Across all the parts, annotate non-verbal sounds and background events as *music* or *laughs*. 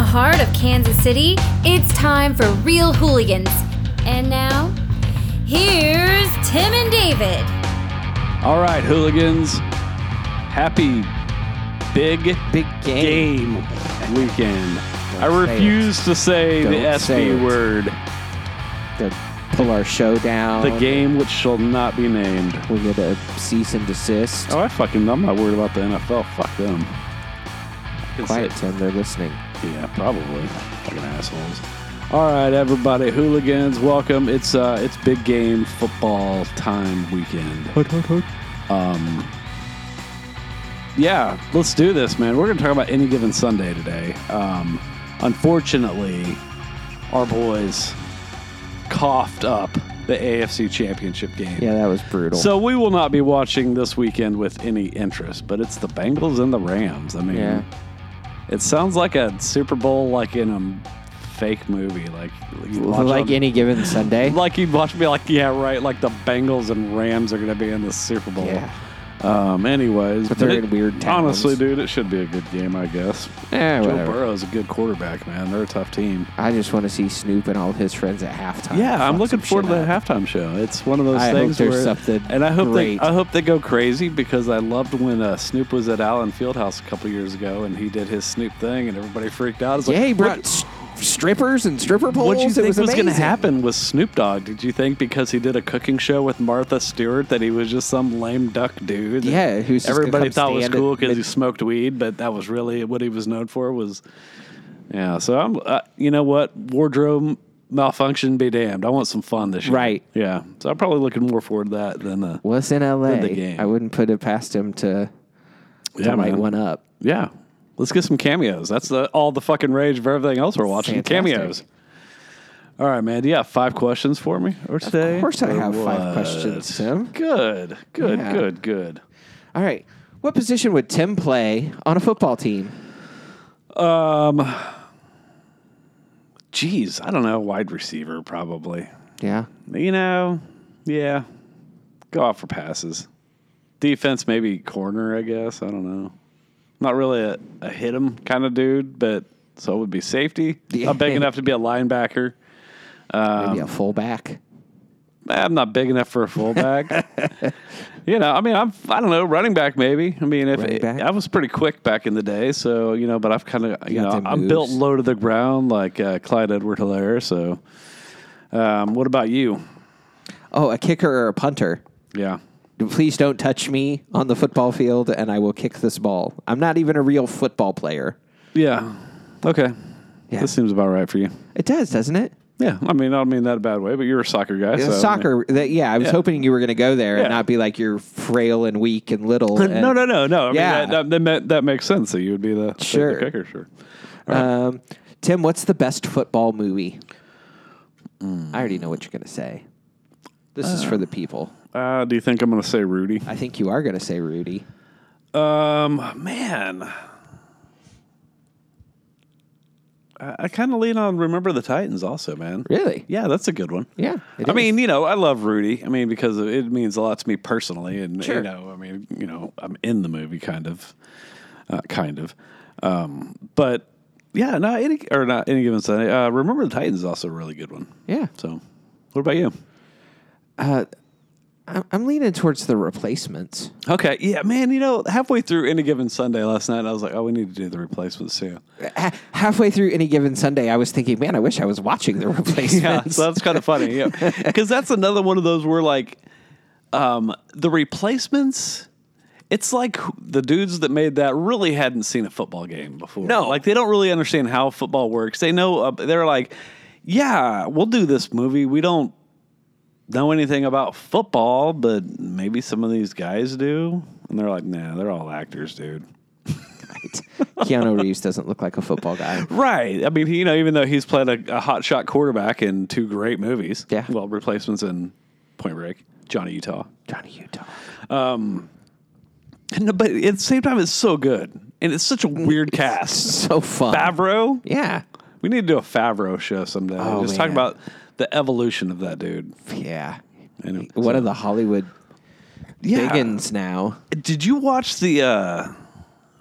heart of Kansas City, it's time for Real Hooligans. And now, here's Tim and David. All right, hooligans. Happy big Big game. game weekend. I Don't say refuse to say the Don't say SB it. word. To pull our show down. The game which shall not be named. We're going to cease and desist. Oh, I fucking, I'm not worried about the NFL. Fuck them. It's- Quiet, Tim. They're listening. Yeah, probably. Fucking assholes. All right, everybody, hooligans, welcome. It's uh, it's big game football time weekend. Um, yeah, let's do this, man. We're gonna talk about any given Sunday today. Um, unfortunately, our boys coughed up the AFC Championship game. Yeah, that was brutal. So we will not be watching this weekend with any interest, but it's the Bengals and the Rams. I mean, Yeah. it sounds like a Super Bowl, like in a fake movie, like you'd watch like on- any given Sunday. like you'd watch me, like yeah, right, like the Bengals and Rams are going to be in the Super Bowl. Yeah. Um. Anyways, But they're it- in weird towns. Honestly, dude, it should be a good game, I guess. Eh, Joe whatever. Burrow's a good quarterback, man. They're a tough team. I just want to see Snoop and all his friends at halftime. Yeah, I'm Fuck looking some forward to shit that up. halftime show. It's one of those I hope things there's where, something and I hope great. they, I hope they go crazy because I loved when uh, Snoop was at Allen Fieldhouse a couple years ago and he did his Snoop thing and everybody freaked out. It's like, Yeah, he brought what, s- strippers and stripper poles. what do you think it was, was, going to amazing. happen with Snoop Dogg? Did you think because he did a cooking show with Martha Stewart that he was just some lame duck dude? that Yeah, who's just gonna everybody come thought was stand at cool because he mid- smoked weed, but that was really what he was known for was. Yeah, so I'm. Uh, you know what? Wardrobe malfunction, be damned. I want some fun this year. Right. Yeah. So I'm probably looking more forward to that than uh, Was in LA. Win the game. I wouldn't put it past him to, to yeah, light man. one up. Yeah. Let's get some cameos. That's the, all the fucking rage for everything else we're watching. Fantastic. Cameos. All right, man. Do you have five questions for me or today? Of course, I Or have five what? questions, Tim. Good. Good. Yeah. Good. Good. All right. What position would Tim play on a football team? Um. Geez, I don't know. Wide receiver, probably. Yeah. You know, yeah. Go out for passes. Defense, maybe corner, I guess. I don't know. Not really a, a hit 'em kind of dude, but so it would be safety. Yeah. Not big enough to be a linebacker. Um, Maybe a fullback. I'm not big enough for a *laughs* fullback. you know, I mean, I'm I don't know running back maybe. I mean, if Running back? I was pretty quick back in the day, so you know, but I've kind of you, got know them I'm moves. built low to the ground like uh, Clyde Edward Hilaire. So, um, what about you? Oh, a kicker or a punter. Yeah, Please don't touch me on the football field and I will kick this ball. I'm not even a real football player. yeah, okay. Yeah. This seems about right for you. It does, doesn't it? Yeah, I mean, I don't mean that a bad way, but you're a soccer guy. so, I mean- Soccer. That, yeah, I was Yeah. hoping you were going to go there Yeah. and not be like you're frail and weak and little. and, *laughs* no, no, no, no. I Yeah. mean, that, that, that, that makes sense. That you would be the, the- Sure. the kicker, sure. Um, Tim, what's the best football movie? I already know what you're going to say. This is for the people. Uh, do you think I'm going to say Rudy? I think you are going to say Rudy. Um, man, I, I kind of lean on "Remember the Titans" also, man. Really? Yeah, that's a good one. Yeah. it I is. mean, you know, I love Rudy. I mean, because it means a lot to me personally, and you Sure. know, I mean, you know, I'm in the movie, kind of, uh, kind of. Um, but yeah, not any or not any given Sunday. Uh, Remember the Titans is also a really good one. yeah. So, what about you? I'm, I'm leaning towards the replacements. Okay, yeah, man. You know, halfway through any given Sunday last night, I was like, oh, we need to do the replacements too. Ha- halfway through any given Sunday, I was thinking, man, I wish I was watching the *laughs* Yeah, replacements. so that's kind of funny. Yeah, because that's another one of those where like um, the replacements. It's like the dudes that made that really hadn't seen a football game before. No. like they don't really understand how football works. They know uh, they're like, yeah, we'll do this movie. We don't know anything about football, but maybe some of these guys do. And they're like, nah, they're all actors, dude. *laughs* Keanu Reeves doesn't look like a football guy. Right. I mean, he- you know, even though he's played a, a hot shot quarterback in two great movies. Yeah. Well, replacements and Point Break, Johnny Utah. Johnny Utah. And, but at the same time, it's so good. And it's such a weird cast. So *laughs* fun. Favreau. yeah. We need to do a Favreau show someday. Oh, Just talk man. about the evolution of that dude. Yeah. Anyway, One of the Hollywood Yeah. biggins now. Did you watch the uh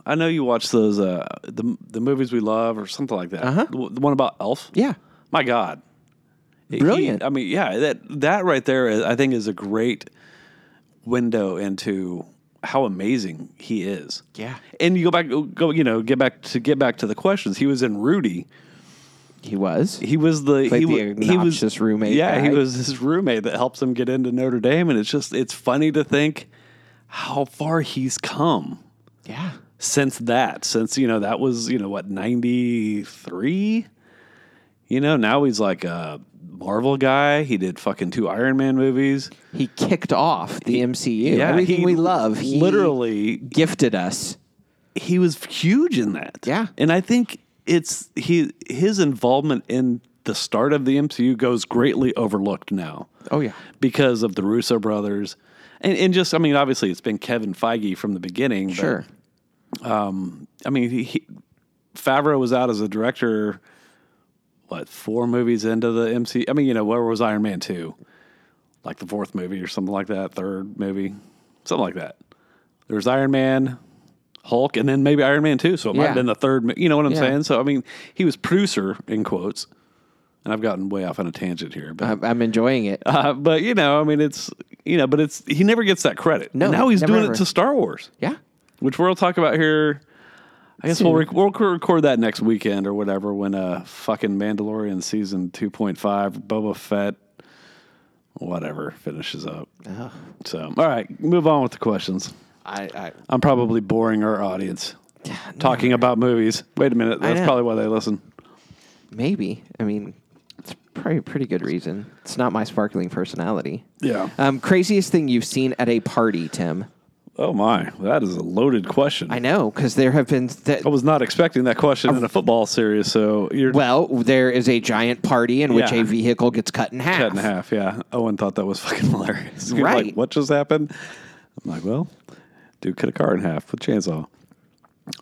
I know you watch those uh, the the movies we love or something like that. Uh-huh. The, the one about Elf. Yeah. My God. He- Brilliant. I mean, yeah, that that right there, is, I think, is a great window into how amazing he is. Yeah. And you go back, go you know, get back to get back to the questions. He was in Rudy. He was. He was the Played he, the wa- he was obnoxious roommate Yeah, he guy. was his roommate that helps him get into Notre Dame, and it's just it's funny to think how far he's come Yeah. since that since you know that was you know what 93 you know now he's like a marvel guy he did fucking two iron man movies He kicked off the MCU. yeah, Everything he we love. He literally- gifted us. he was huge in that Yeah. and i think it's he his involvement in the start of the mcu goes greatly overlooked now Oh yeah. because of the russo brothers and, and just i mean obviously it's been kevin feige from the beginning but Sure. I mean, he, he, Favreau was out as a director. What four movies into the MC? I mean, you know, where was Iron Man two? Like the fourth movie or something like that, third movie, something like that. There was Iron Man, Hulk, and then maybe Iron Man two. So it might Yeah. have been the third. mo- You know what I'm Yeah. saying? So I mean, he was producer in quotes. And I've gotten way off on a tangent here, but I'm, I'm enjoying it. uh, but you know, I mean, it's you know, but it's he never gets that credit. No, now he's never, doing ever. it to Star Wars yeah. which we'll talk about here. I guess we'll, rec- we'll c- record that next weekend or whatever when uh fucking Mandalorian season two point five Boba Fett whatever finishes up. So all right, move on with the questions. I, I'm probably boring our audience talking about movies. Wait a minute, that's know. probably why they listen. maybe. I mean, it's probably a pretty good reason. It's not my sparkling personality. Yeah. Um, craziest thing you've seen at a party, Tim? Oh my, that is a loaded question. I I, know because there have been. Th- was not expecting that question in a football series. So you're well, there is a giant party in which Yeah. a vehicle gets cut in half. Cut in half, yeah. Owen thought that was *laughs* fucking hilarious. He was Right. Like, what just happened? I'm like, well, dude cut a car in half with a chainsaw.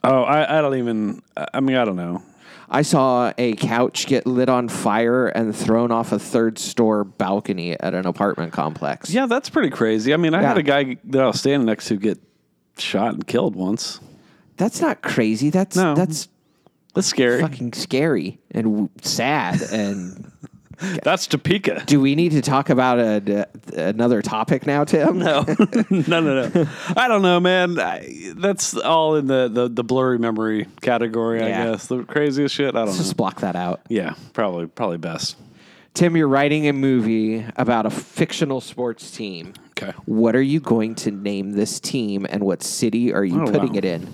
Oh, I, I don't even, I I mean, I don't know. I saw a couch get lit on fire and thrown off a third store balcony at an apartment complex. Yeah, that's pretty crazy. I mean, I had Yeah. a guy that I was standing next to get shot and killed once. That's not crazy. That's No. that's That's scary. fucking scary and w- sad. And That's Topeka. *laughs* do we need to talk about a, another topic now, Tim? No, *laughs* no, no, no. I don't know, man. I, that's all in the, the, the blurry memory category, I Yeah. guess. The craziest shit. I don't know. Just block that out. Yeah, probably, probably best. Tim, you're writing a movie about a fictional sports team. Okay. What are you going to name this team and what city are you Oh, putting wow. it in?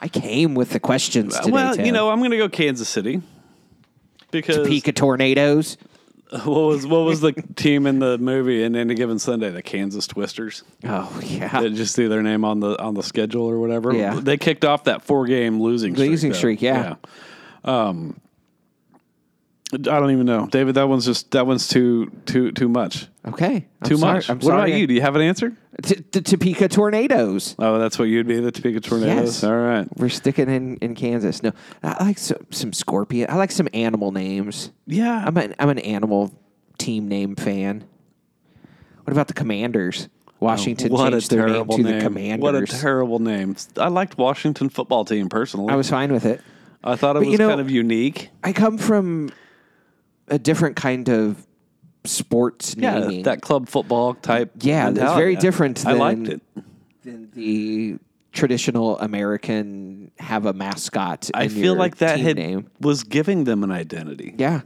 I came with the questions today, well, Tim. you know, I'm going to go Kansas City because Topeka tornadoes. what was what was the *laughs* team in the movie in any given Sunday? The Kansas Twisters. Oh They yeah, just see their name on the on the schedule or whatever. Yeah. they kicked off that four game losing streak, Losing though. streak, yeah. Um, I don't even know, David. That one's just that one's too too too much. okay. I'm Too sorry. much. I'm what sorry. about you? Do you have an answer? T- the Topeka tornadoes. Oh, that's what you'd be the Topeka Tornadoes. Yes. All right. We're sticking in, in Kansas. No, I like some, some scorpion. I like some animal names. Yeah, I'm an I'm an animal team name fan. What about the Commanders? Washington what a changed their name terrible to the name! Commanders. What a terrible name! I liked Washington football team personally. I was fine with it. I thought it But, was you know- kind of unique. I come from a different kind of sports Yeah, naming that club football type. Yeah, that's very mentality. different I liked than- it. than the traditional American have a mascot. I in feel your like that team had name. was giving them an identity. Yeah,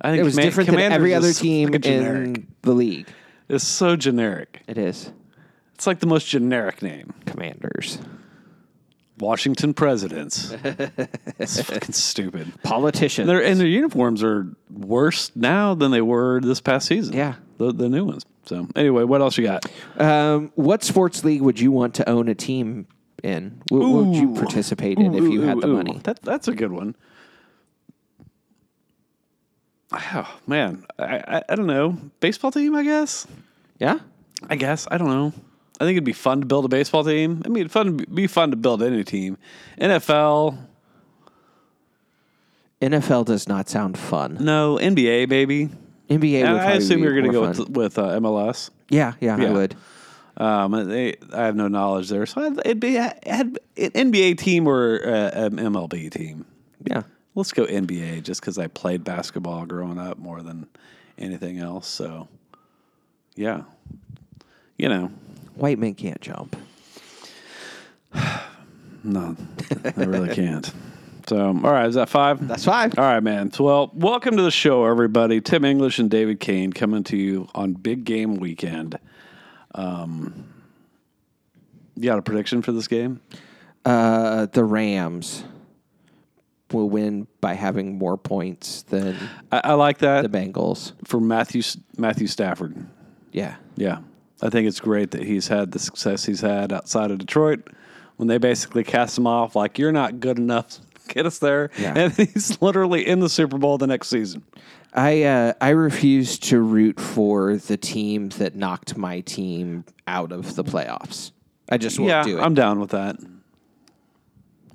I think it was Command- different than Commanders every is other so team fucking generic. in the league. It's so generic. It is It's like the most generic name. Commanders. Washington Presidents. *laughs* it's fucking stupid. Politicians. Their and their uniforms are worse now than they were this past season. Yeah. the, the new ones. So anyway, what else you got? Um, what sports league would you want to own a team in? What, what would you Ooh. participate in if Ooh, you had ooh, the ooh. money? That, that's a good one. Oh, man, I, I, I don't know. Baseball team, I guess. Yeah. I guess I don't know. I think it'd be fun to build a baseball team. I mean, it'd fun be fun to build any team. NFL, NFL does not sound fun. no NBA, baby. NBA. And Would I probably assume be you're going to more go fun. with, with uh, MLS. yeah, yeah, Yeah. I would. Um, they, I have no knowledge there, so I'd- it'd be had an NBA team or uh, an MLB team. Yeah. Let's go NBA, just because I played basketball growing up more than anything else. So, yeah, you know, White men can't jump. no, I really *laughs* can't. So, all right, is that five? That's five. All right, man. Well, welcome to the show, everybody. Tim English and David Kane coming to you on Big Game Weekend. Um, you got a prediction for this game? Uh, the Rams will win by having more points than I, I like the that Bengals. for Matthew Matthew Stafford. Yeah. Yeah, I think it's great that he's had the success he's had outside of Detroit when they basically cast him off like you're not good enough. Get us there, Yeah. and *laughs* he's literally in the Super Bowl the next season. I uh, I refuse to root for the team that knocked my team out of the playoffs. I just won't yeah, do it. I'm down with that.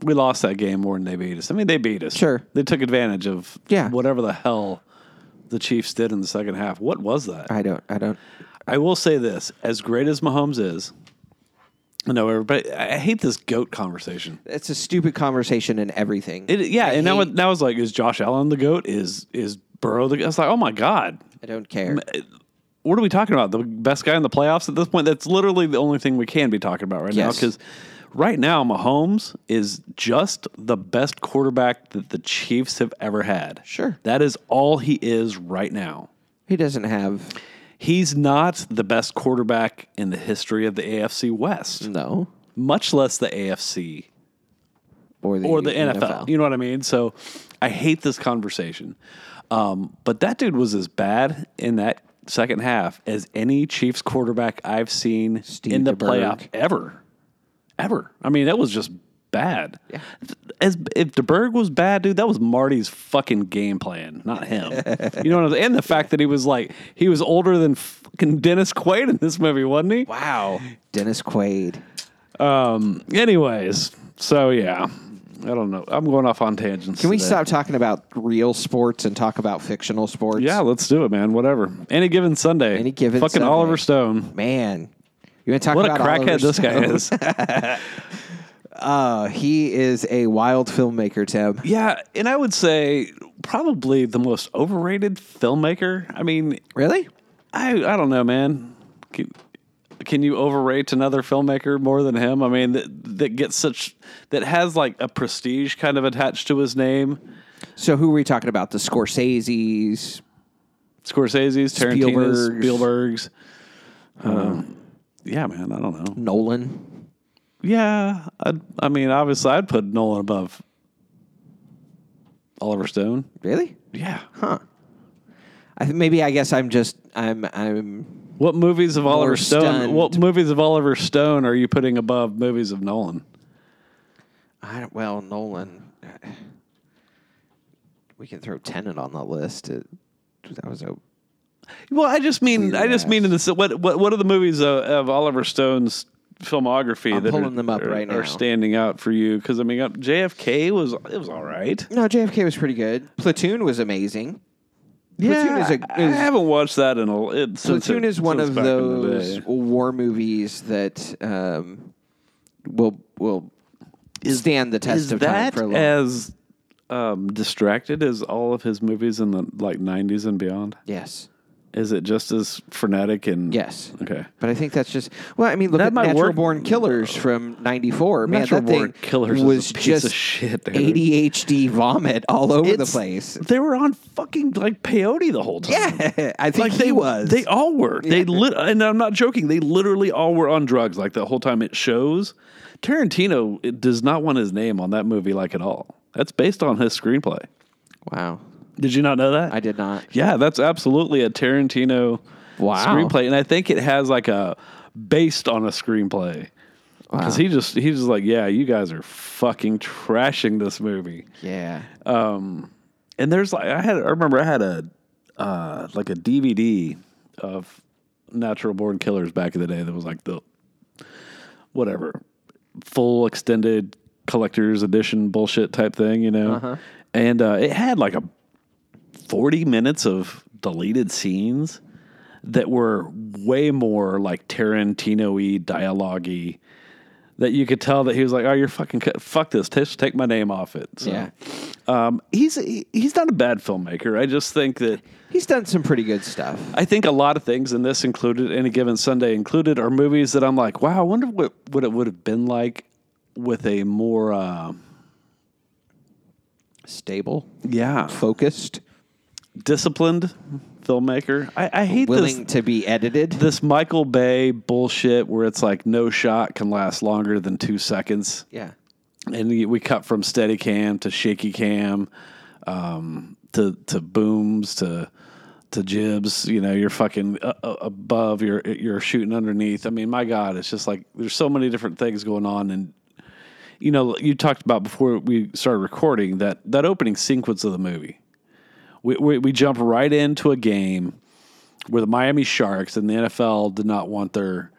We lost that game more than they beat us. I mean, they beat us. Sure. They took advantage of Yeah. whatever the hell the Chiefs did in the second half. What was that? I don't. I don't. I will say this as great as Mahomes is, I know everybody, I I hate this GOAT conversation. It's a stupid conversation and everything. It, yeah, I and now, hate- it- now it's like, is Josh Allen the GOAT? Is, is Burrow the GOAT? It's like, oh my God. I don't care. what are we talking about? The best guy in the playoffs at this point? That's literally the only thing we can be talking about right now. Yes. Because right now, Mahomes is just the best quarterback that the Chiefs have ever had. Sure. That is all he is right now. He doesn't have He's not the best quarterback in the history of the AFC West, no much less the AFC or the or the NFL. You know what I mean? So I hate this conversation. Um, but that dude was as bad in that second half as any Chiefs quarterback I've seen Steve in the DeBerg. playoff ever. Ever. I mean, that was just bad. Yeah. As if DeBerg was bad, dude, that was Marty's fucking game plan, not him. you know what I'm saying? And the fact that he was like he was older than fucking Dennis Quaid in this movie, wasn't he? Wow, Dennis Quaid. Anyways, so yeah. I don't know. I'm going off on tangents. Can we today. stop talking about real sports and talk about fictional sports? Yeah, let's do it, man. Whatever. Any given Sunday. Any given Fucking Sunday. Oliver Stone. man. You want to talk What a about Oliver crackhead this guy Stone? is. *laughs* Uh, he is a wild filmmaker, Tim. yeah, and I would say probably the most overrated filmmaker. I mean, Really? I I don't know, man. Can, can you overrate another filmmaker more than him? I mean, that, that gets such that has like a prestige kind of attached to his name. So who are we talking about? The Scorsese's. Scorsese's, Tarantino's, Spielberg's. Spielberg's. Um, yeah, man. I don't know. Nolan. Yeah, I'd, I mean, obviously, I'd put Nolan above Oliver Stone. Really? Yeah. I th- maybe I guess I'm just I'm I'm What movies of Oliver Stone? stunned. What movies of Oliver Stone are you putting above movies of Nolan? I don't, well Nolan. uh, We can throw Tenet on the list. It, that was a Well, I just mean, Weird I just mean in ass. this. What what what are the movies of, of Oliver Stone's filmography I'm that are, pulling them up are- right now. are standing out for you? Because I mean, uh, JFK was it was all right. no. JFK was pretty good. Platoon was amazing. Platoon is a, I is haven't watched that in a it, since Platoon it- is one since of uh, back in the those day. war movies that um, will will stand the test is of that time for a long. as um, distracted as all of his movies in the like 90s and beyond yes, is it just as frenetic and yes. okay But I think that's just well. I mean, look That at might Natural work. Born Killers from '94. Man, Natural that Born thing Killers is a was piece just of shit, dude. ADHD vomit all over the place. they were on fucking like peyote the whole time Yeah, I think like he they was. they all were they lit and i'm not joking they literally all were on drugs like the whole time it shows tarantino it does not want his name on that movie like at all that's based on his screenplay wow, did you not know that I did not. Yeah, that's absolutely a Tarantino Wow. screenplay, and I think it has like a based on a screenplay because he just he's just like, yeah, you guys are fucking trashing this movie. Yeah, Uh-huh. And there's like I had I remember I had a uh, like a DVD of Natural Born Killers back in the day that was like the whatever full extended collector's edition bullshit type thing, you know. And uh, it had like a 40 minutes of deleted scenes that were way more like Tarantino y dialogue y that you could tell that he was like, oh, you're fucking, cut. fuck this. Tish, take my name off it. So, Yeah. Um, he's, he- he's not a bad filmmaker. I just think that. He's done some pretty good stuff. I think a lot of things, and this included, any given Sunday included, are movies that I'm like, wow, I wonder what, what it would have been like with a more, uh, Stable, yeah, focused, disciplined filmmaker. I, I hate willing this to be edited. this Michael Bay bullshit where it's like no shot can last longer than two seconds, yeah. and we- we cut from steady cam to shaky cam, um, to to booms to. To jibs, you know, you're fucking uh, uh, above, you're you're shooting underneath. I mean, my God, it's just like there's so many different things going on, and you know, you talked about before we started recording that that opening sequence of the movie. We we, we jump right into a game where the Miami Sharks and the NFL did not want their.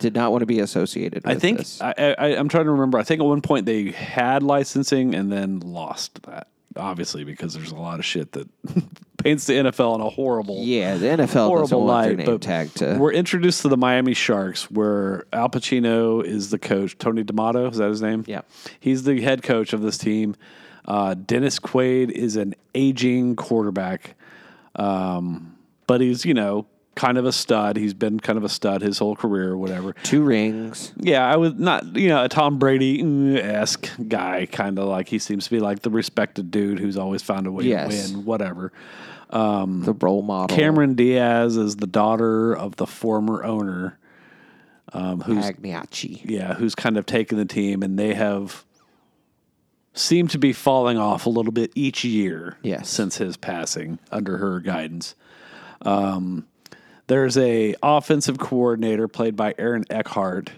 Did not want to be associated with I think this. I, I I'm trying to remember. I think at one point they had licensing and then lost that, obviously because there's a lot of shit that *laughs* paints the NFL in a horrible yeah, the NFL doesn't horrible want their light. name but tag to. we're introduced to the Miami Sharks, where Al Pacino is the coach. Tony D'Amato is that his name? Yeah. he's the head coach of this team. Uh, Dennis Quaid is an aging quarterback, um, but he's you know kind of a stud. He's been kind of a stud his whole career, or whatever. Two rings. Yeah, I was not, you know, a Tom Brady esque guy, kind of like he seems to be like the respected dude who's always found a way Yes. Oh. to win, whatever. the role model. Cameron Diaz is the daughter of the former owner, um, who's Agniachi. yeah, who's kind of taken the team, and they have seemed to be falling off a little bit each year Yes. since his passing under her guidance. Um, there's a offensive coordinator played by Aaron Eckhart,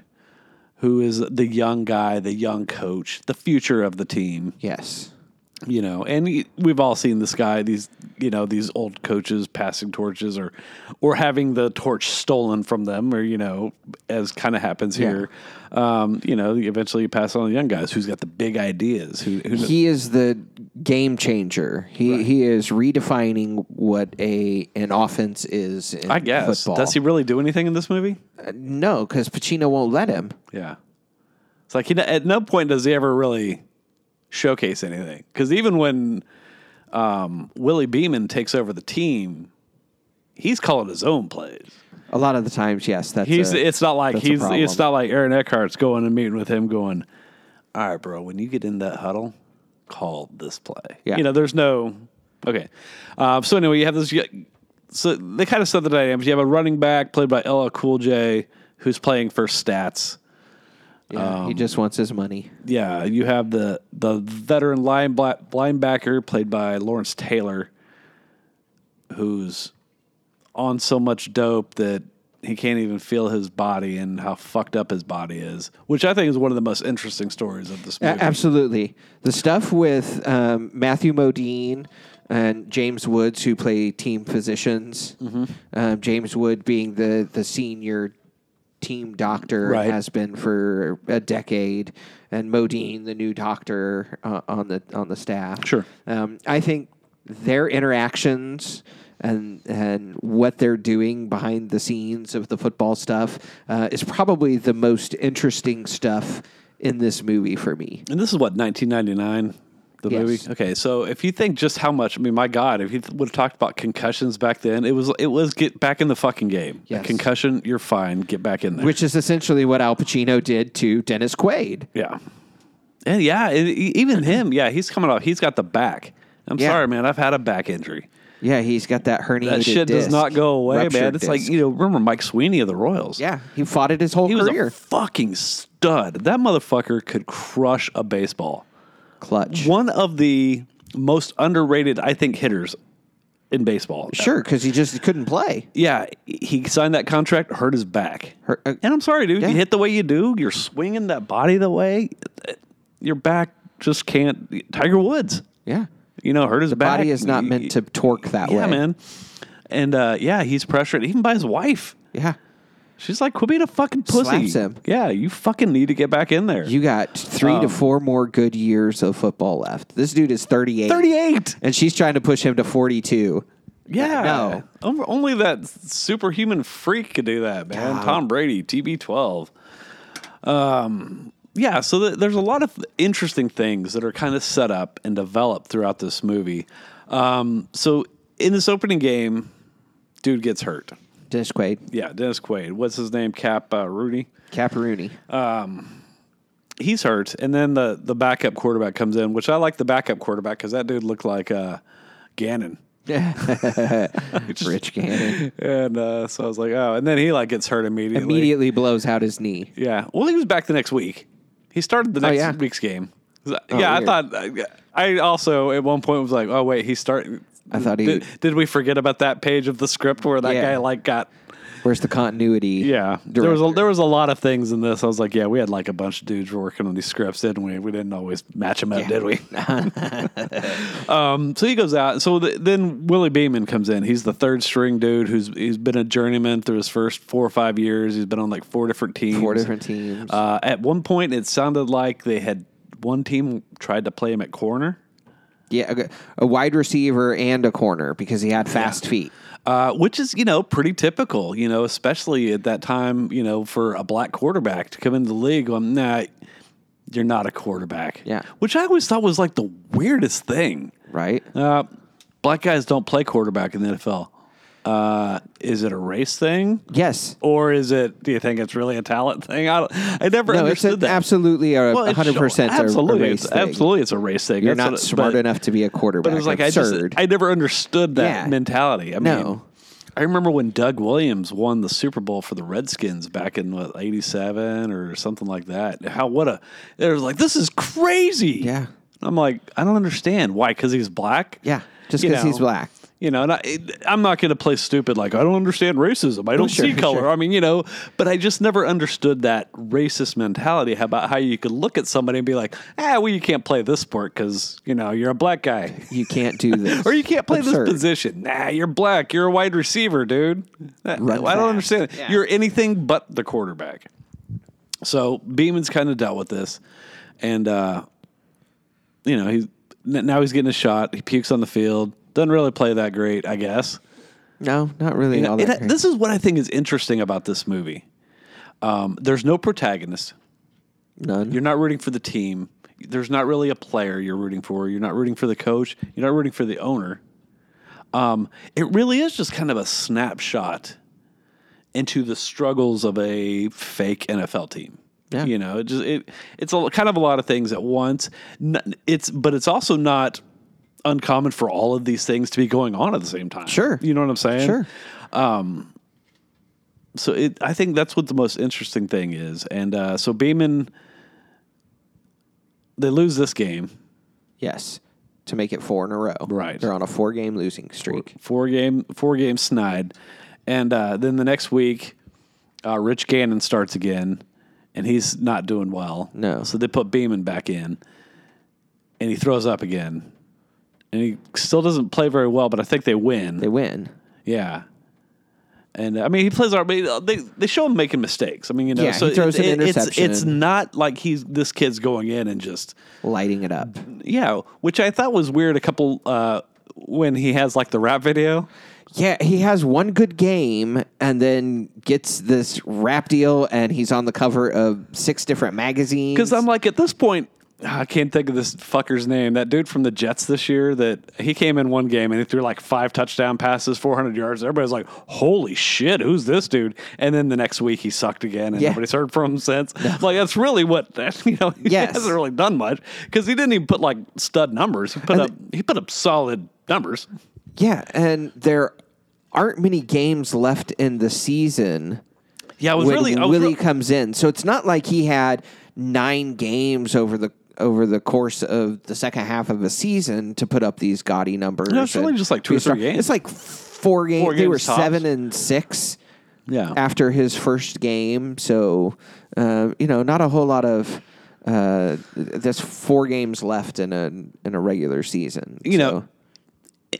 who is the young guy, the young coach, the future of the team Yes. you know, and y- we've all seen this guy, these, you know, these old coaches passing torches or, or having the torch stolen from them or, you know, as kind of happens here, um, you know, eventually you pass on to the young guys who's got the big ideas, who, who He is the game changer. He he is redefining what a an offense is in I guess, football. does he really do anything in this movie? No, because Pacino won't let him. Yeah. It's like, he, at no point does he ever really showcase anything. Cause even when, um, Willie Beeman takes over the team, he's calling his own plays. A lot of the times, yes, that's He's. a- it's not like that's a he's. problem. It's not like Aaron Eckhart's going and meeting with him, going, "All right, bro, when you get in that huddle, call this play." Yeah. You know, there's no. Okay. Uh, so anyway, you have this. So they kind of set the dynamics. You have a running back played by LL Cool J, who's playing for stats. yeah, um, he just wants his money. Yeah, you have the the veteran line bla- linebacker played by Lawrence Taylor, who's on so much dope that he can't even feel his body and how fucked up his body is, which I think is one of the most interesting stories of this A- movie. absolutely, the stuff with um, Matthew Modine and James Woods, who play team physicians. Mm-hmm. Um, James Wood being the the senior team doctor Right. has been for a decade, and Modine, the new doctor uh, on the on the staff. Sure. um, I think their interactions. And, and what they're doing behind the scenes of the football stuff uh, is probably the most interesting stuff in this movie for me. And this is what 1999, the Yes. movie. Okay, so if you think just how much, I mean, my God, if you th- would have talked about concussions back then, it was it was get back in the fucking game. A Yes. concussion, you're fine. Get back in there. Which is essentially what Al Pacino did to Dennis Quaid. Yeah. And yeah, e- e- even him, yeah, he's coming off. He's got the back. I'm Yeah. sorry, man. I've had a back injury. Yeah, he's got that herniated. That shit does disc, not go away, man. ruptured It's like, disc. you know, remember Mike Sweeney of the Royals? yeah, he fought it his whole He was career. a fucking stud. That motherfucker could crush a baseball. Clutch. One of the most underrated, I think, hitters in baseball. Sure, because he just couldn't play. Yeah, he signed that contract, hurt his back. Hurt- uh, and I'm sorry, dude. yeah. You hit the way you do, you're swinging that body the way, your back just can't. Tiger Woods. Yeah, You know, hurt his back. body is not Y- meant to torque that Yeah, way. man. And uh, yeah, he's pressured even by his wife. Yeah, She's like, "Quit being a fucking pussy." Slaps him. Yeah, you fucking need to get back in there. you got three to Um, four more good years of football left. This dude is thirty-eight, thirty-eight. and she's trying to push him to forty-two. Yeah. No. Um, Only that superhuman freak could do that, man. Tom Brady, TB12. Um, yeah, so th- there's a lot of interesting things that are kind of set up and developed throughout this movie. Um, so in this opening game, dude gets hurt. Dennis Quaid, Yeah, Dennis Quaid. What's his name? Cap uh, Rudy. Caparuni. Uh, He's hurt, and then the the backup quarterback comes in, which I like the backup quarterback because that dude looked like uh, Gannon. *laughs* Rich Gannon And uh, so I was like, oh, and then he like gets hurt immediately. immediately blows out his knee. Yeah. Well, he was back the next week. He started the next Oh, yeah. Oh, week's game. yeah, I weird. thought. I- I also at one point was like, oh wait, he started. I thought he- did, did we forget about that page of the script where that Yeah. guy like got Where's the continuity? yeah. There was a, director? there was a lot of things in this. I was like, yeah, we had like a bunch of dudes working on these scripts, didn't we? We didn't always match them up, did *laughs* we? um, *laughs* so he goes out. So th- then Willie Beeman comes in. He's the third string dude who's he's been a journeyman through his first four or five years. He's been on like four different teams. Four different teams. Uh, at one point, it sounded like they had one team tried to play him at corner, yeah, a, a wide receiver and a corner because he had fast feet. uh, which is you know pretty typical. You know, especially at that time, you know, for a black quarterback to come into the league, going, nah, you're not a quarterback. Yeah. which I always thought was like the weirdest thing. Right? Uh, black guys don't play quarterback in the NFL. Uh, is it a race thing? yes. Or is it? Do you think it's really a talent thing? I, don't, I never No, it's understood an- that. absolutely a Well, it's hundred sure- percent a- a absolutely, race it's, thing. absolutely, it's a race thing. You're That's not what it- smart but- enough to be a quarterback. But it was like Absurd. I just I never understood that Yeah. mentality. I mean, No. I remember when Doug Williams won the Super Bowl for the Redskins back in what '87 or something like that. How what a it was like this is crazy. Yeah. I'm like I don't understand why because he's black. yeah, just You because he's know. black. You know, and I, it- I'm not going to play stupid like I don't understand racism. I don't sure, see color. sure. I mean, you know, but I just never understood that racist mentality about how you could look at somebody and be like, ah, well, you can't play this sport because you know you're a black guy, You can't do *laughs* this, or you can't play Absurd. this position. Nah, you're black. You're a wide receiver, dude. That- I Run don't fast. understand. it. Yeah. You're anything but the quarterback. So Beeman's kind of dealt with this, and uh, you know he's n- now he's getting a shot. He pukes on the field. Doesn't really play that great, I guess. No, not really. all And that I- great. this is what I think is interesting about this movie. Um, there's no protagonist. None. You're not rooting for the team. There's not really a player you're rooting for. You're not rooting for the coach. You're not rooting for the owner. Um, it really is just kind of a snapshot into the struggles of a fake NFL team. Yeah. You know, it just it it's a, kind of a lot of things at once. N- It's but it's also not uncommon for all of these things to be going on at the same time. Sure. You know what I'm saying? sure. so it, I think that's what the most interesting thing is. And uh, so Beeman, they lose this game, Yes. To make it four in a row. Right. They're on a four game losing streak. four game, four game snide, and uh, then the next week, uh, Rich Gannon starts again, and he's not doing well. No. so they put Beeman back in, and he throws up again, and he still doesn't play very well. But I think they win. They win. Yeah. And uh, I mean, he plays. I mean, they they show him making mistakes. I mean, you know, Yeah, so he throws an interception. It's, it's not like he's this kid's going in and just Lighting it up. yeah, which I thought was weird. A couple uh, when he has like the rap video. Yeah, he has one good game and then gets this rap deal and he's on the cover of six different magazines. Because I'm like, at this point, ah, I can't think of this fucker's name. That dude from the Jets this year that he came in one game and he threw like five touchdown passes, 400 yards. Everybody's like, holy shit, who's this dude? And then the next week he sucked again and Yeah. nobody's heard from him since. Like, that's really what *laughs* that, you know, he Yes. hasn't really done much because he didn't even put like stud numbers. He put, up, he put up solid numbers. Yeah, and there aren't many games left in the season Yeah, I was when really, I was Willie re- comes in. So it's not like he had nine games over the over the course of the second half of a season to put up these gaudy numbers. No, it's really and just like two or be a star. three games. It's like four games. Four they games were tops. seven and six yeah. after his first game. So uh, you know, not a whole lot of. Uh, there's four games left in a in a regular season. You know, So-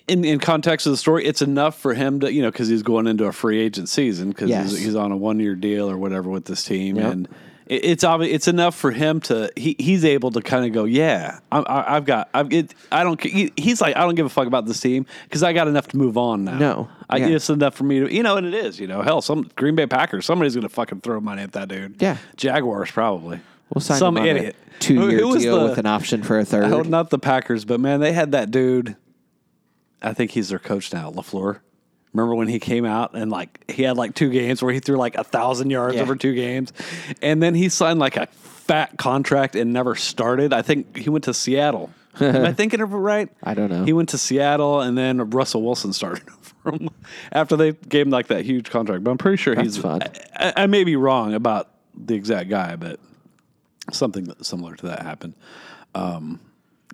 in in context of the story, it's enough for him to you know because he's going into a free agent season because Yes. he's, he's on a one year deal or whatever with this team, Yep. and it, it's obvious. It's enough for him to he, he's able to kind of go, yeah, I'm, I, I've got, I've, it, I don't. ca- he- He's like, I don't give a fuck about this team because I got enough to move on now. No. I, Yeah. it's enough for me to, you know, and it is, you know, hell, some Green Bay Packers, somebody's gonna fucking throw money at that dude. Yeah. Jaguars probably. We'll sign some him on idiot. a two-year was deal the- with an option for a third. Oh, not the Packers, but man, they had that dude. I think he's their coach now, Lafleur. Remember when he came out and like he had like two games where he threw like a thousand yards Yeah. over two games, and then he signed like a fat contract and never started. I think he went to Seattle. Am *laughs* I thinking of it right? I don't know. He went to Seattle, and then Russell Wilson started *laughs* for him after they gave him like that huge contract. But I'm pretty sure he's. fun. I, I may be wrong about the exact guy, but something that- similar to that happened. Um,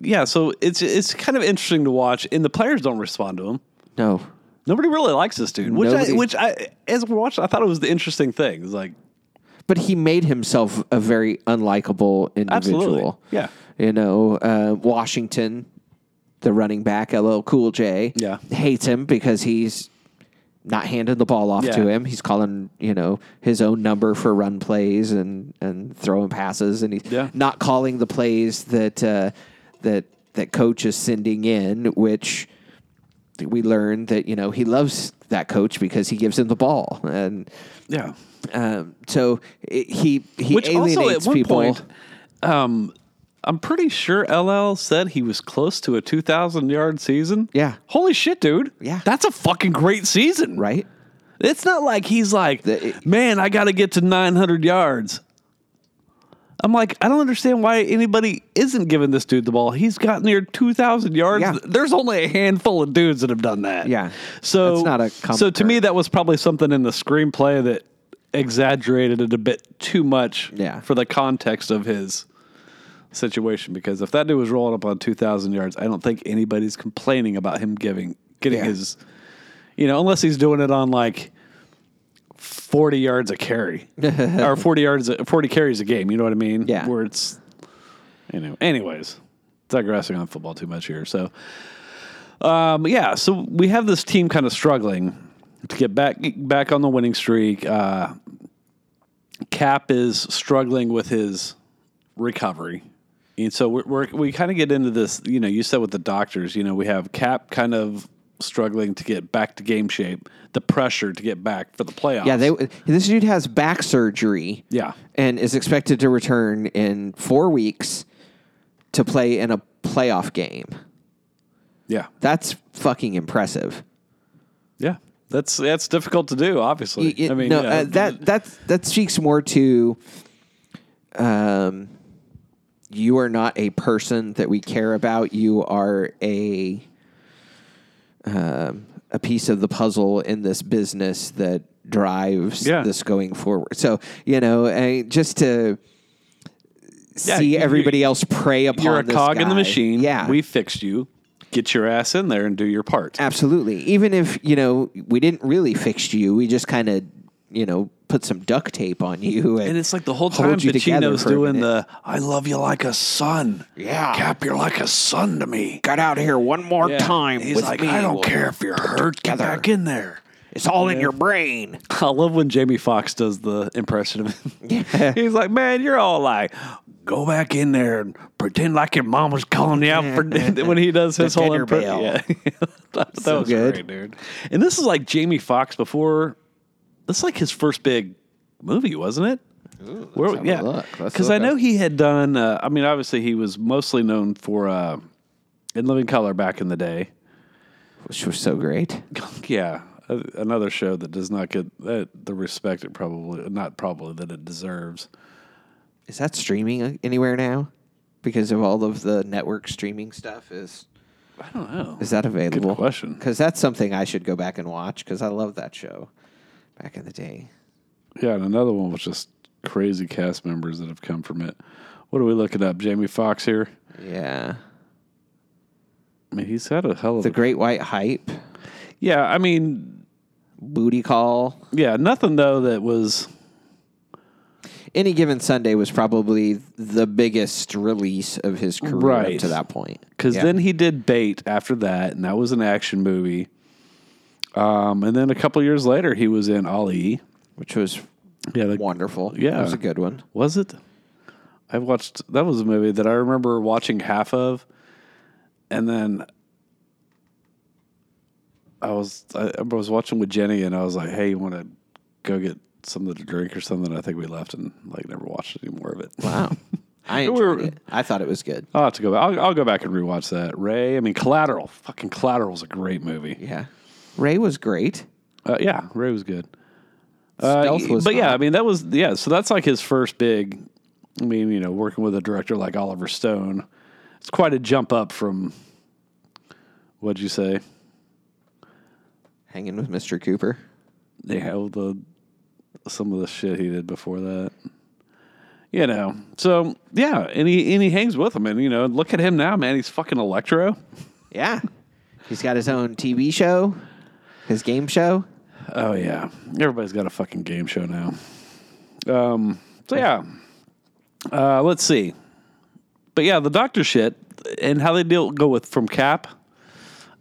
yeah, so it's it's kind of interesting to watch, and the players don't respond to him. no, Nobody really likes this dude, which Nobody- I, which I as we watched, I thought it was the interesting thing. It's like but he made himself a very unlikable individual. Absolutely. Yeah. You know, uh, Washington, the running back, LL Cool J, Yeah. hates him because he's not handing the ball off Yeah. to him. He's calling, you know, his own number for run plays and, and throwing passes, and he's Yeah. not calling the plays that uh, that that coach is sending in, which we learned that you know he loves that coach because he gives him the ball and yeah, um, so it, he he which alienates also at one people. point, um, I'm pretty sure LL said he was close to a 2,000 yard season. Yeah. holy shit, dude. Yeah. that's a fucking great season, right? It's not like he's like, The- it- man, I got to get to 900 yards. I'm like, I don't understand why anybody isn't giving this dude the ball. He's got near 2,000 yards. Yeah. There's only a handful of dudes that have done that. Yeah. So That's not a common So to me, occurrence. that was probably something in the screenplay that exaggerated it a bit too much Yeah. for the context of his situation. Because if that dude was rolling up on 2,000 yards, I don't think anybody's complaining about him giving getting Yeah. his you know, unless he's doing it on like forty yards a carry or forty yards, forty carries a game. You know what I mean? Yeah. Where it's, you know, anyways, digressing on football too much here. So, um, yeah, so we have this team kind of struggling to get back back on the winning streak. Uh, Cap is struggling with his recovery. And so we're, we're, we kind of get into this, you know, you said with the doctors, you know, we have Cap kind of struggling to get back to game shape, the pressure to get back for the playoffs. Yeah, they this dude has back surgery. Yeah. and is expected to return in four weeks to play in a playoff game. yeah. That's fucking impressive. Yeah. That's that's difficult to do, obviously. Y- y- I mean, no, yeah. uh, that that that speaks more to, um, you are not a person that we care about. You are a, um, a piece of the puzzle in this business that drives Yeah. this going forward. So you know, I, just to Yeah, see you- everybody else prey upon you're a this cog in the guy. machine. Yeah, We fixed you. Get your ass in there and do your part. Absolutely. Even if, you know, we didn't really fix you, we just kind of, you know, put some duct tape on you. And, And it's like the whole hold time you together Pacino's for a doing minute. the "I love you like a son." Yeah. Cap, you're like a son to me. Got out here one more Yeah. time. He's with like, me. I don't We'll- care if you're hurt. Get together." back in there. It's all in your brain. *laughs* I love when Jamie Foxx does the impression of him. *laughs* He's like, man, you're all like, go back in there and pretend like your mom was calling you *laughs* out for when he does his The whole dinner impre- bell. Yeah. *laughs* that So was good. great, dude. And this is like Jamie Foxx before. This is like his first big movie, wasn't it? Where- have a look. Let's because look I know up. he had done. Uh, I mean, obviously, he was mostly known for uh, In Living Color back in the day. Which was so great. Yeah, a- another show that does not get that the respect it probably not probably that it deserves. Is that streaming uh, anywhere now? Because of all of the network streaming stuff is I don't know. is that available? question. Because that's something I should go back and watch because I love that show back in the day. Yeah, and another one was just crazy cast members that have come from it. What are we looking up? Jamie Foxx here. Yeah. I mean, he's had a hell of The a Great White Hype, yeah. I mean, Booty Call. yeah, nothing though that was Any Given Sunday was probably the biggest release of his career Right. up to that point. because Yeah. then he did Bait after that, and that was an action movie. Um, and then a couple years later, he was in Ali. which was Yeah, like, Wonderful. Yeah. That was a good one. Was it? I watched that was a movie that I remember watching half of, and then I was I, I was watching with Jenny, and I was like, "Hey, you want to go get something to drink or something?" I think we left and like never watched any more of it. *laughs* Wow. I We enjoyed were- it. I thought it was good. I'll have to go back. I'll, I'll go back and rewatch that. Ray, I mean, Collateral. Fucking Collateral was a great movie. Yeah. Ray was great. Uh, yeah, Ray was good. Uh, Stealth was but yeah, not. I mean that was yeah. So that's like his first big. I mean, you know, working with a director like Oliver Stone, it's quite a jump up from. What'd you say? Hanging with Mr. Cooper. Yeah, all the some of the shit he did before that. You know, so yeah, and he and he hangs with him, and you know, look at him now, man. He's fucking electro. Yeah. He's got his own TV show, his game show. Oh yeah, everybody's got a fucking game show now. Um, so yeah, uh, let's see. But yeah, the doctor shit and how they deal go with from Cap,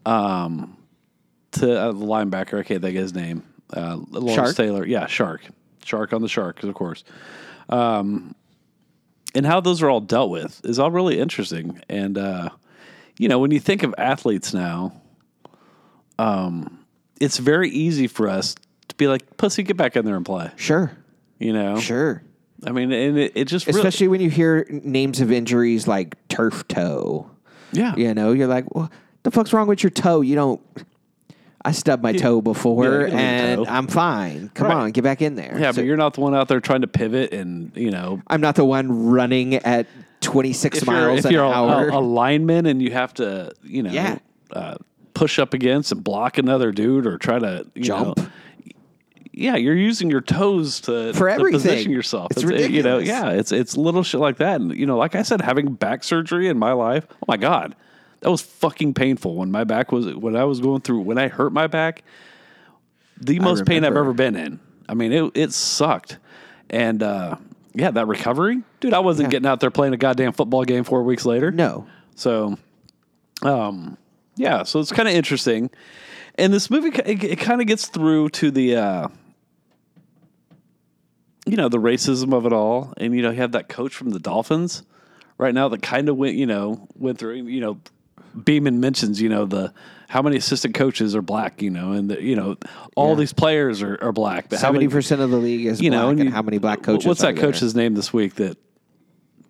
um, to uh, the linebacker. I can't think of his name. Uh, Lawrence Shark? Taylor. Yeah, Shark. Shark on the Shark, of course. Um, and how those are all dealt with is all really interesting. And uh, you know, when you think of athletes now, um, it's very easy for us to be like, "Pussy, get back in there and play." Sure. You know, Sure. I mean, and it, it just really, Especially when you hear names of injuries like turf toe. yeah, You know, you're like, what the fuck's wrong with your toe? You don't. I stubbed my toe don't before need and toe. I'm fine. Come Right. on, get back in there. yeah. So but you're not the one out there trying to pivot and you know. I'm not the one running at 26 If you're, miles if an you're a, hour. a, a lineman and you have to, you know, Yeah. uh, push up against and block another dude or try to you Jump. know- yeah, you're using your toes to, For to everything. position yourself. It's it- you know, ridiculous. yeah, it's it's little shit like that. And you know, like I said, having back surgery in my life, oh my god, that was fucking painful. When my back was when I was going through when I hurt my back, the most pain I've remember. ever been in. I mean, it it sucked, and uh, yeah, that recovery, dude. I wasn't getting out there playing a goddamn football game four weeks later. no. So, um, yeah, so it's kind of interesting, and this movie ki- it, it kind of gets through to the, uh, you know, the racism of it all, and you know, you have that coach from the Dolphins right now that kind of went, you know, went through, you know, Beeman mentions, you know, the how many assistant coaches are black, you know, and the, you know, all these players are, are black, but how many 70% of the league is you black know, and, you- how many black coaches What's are that there? coach's name this week that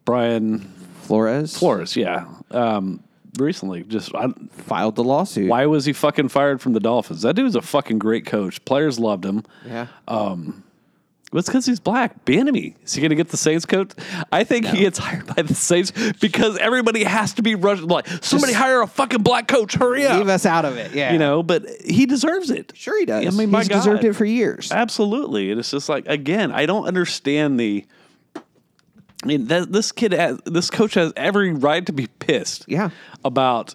Brian? Flores? Flores, yeah. Um, recently, just I, filed the lawsuit. why was he fucking fired from the Dolphins? That dude was a fucking great coach. Players loved him. Yeah. Oh. Well, it's because he's black. Bienemy. Is he going to get the Saints coach? I think he gets hired by the Saints because everybody has to be rushing. Like, somebody hire a fucking black coach. Hurry up. Leave us out of it. Yeah. You know, but he deserves it. Sure he does. I mean, my He's God. deserved it for years. Absolutely. And it's just like, again, I don't understand the. I mean, that, this kid, has, this coach has every right to be pissed. Yeah. About,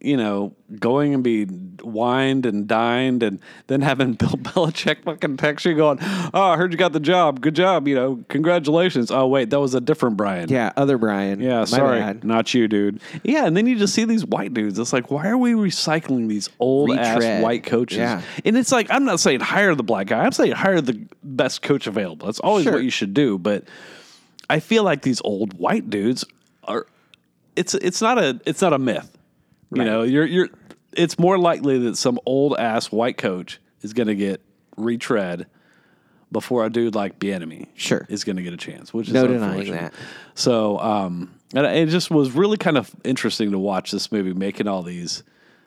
you know, going and be wined and dined and then having *laughs* Bill Belichick fucking text you going, oh, I heard you got the job. Good job. You know, congratulations. Oh, wait, that was a different Brian. Yeah, other Brian. Yeah, My sorry, bad. not you, dude. Yeah, and then you just see these white dudes. It's like, why are we recycling these old ass Retread. white coaches? Yeah. And it's like, I'm not saying hire the black guy. I'm saying hire the best coach available. That's always Sure. what you should do. But I feel like these old white dudes are. It's it's not a it's not a myth. You know, you're you're. It's more likely that some old ass white coach is going to get retread before a dude like Bienemy Sure. is going to get a chance, which No is denying unfortunate. that. So, um, and it just was really kind of interesting to watch this movie making all these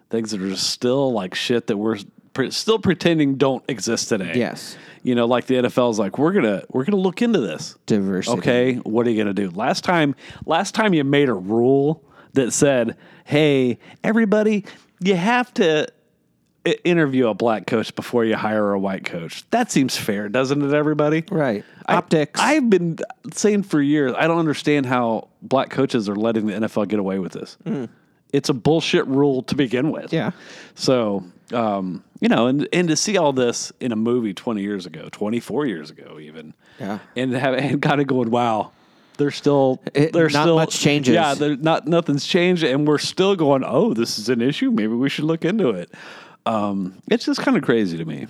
things that are just still like shit that we're pre- still pretending don't exist today. Yes. you know, like the NFL's like we're gonna we're gonna look into this Diversity. Okay, what are you gonna do? Last time, last time you made a rule that said, "Hey, everybody, you have to." i- Interview a black coach before you hire a white coach. That seems fair, doesn't it, everybody? Right. Optics. I, have been saying for years, I don't understand how black coaches are letting the NFL get away with this. It's a bullshit rule to begin with. Mm. Yeah. So, um, you know, and, and to see all this in a movie 20 years ago, 24 years ago, even. Yeah. And, have, and kind of going, wow. They're still, It- they're not still, much changes. Yeah, they're not nothing's changed, and we're still going. Oh, this is an issue. Maybe we should look into it. Um, it's just kind of crazy to me.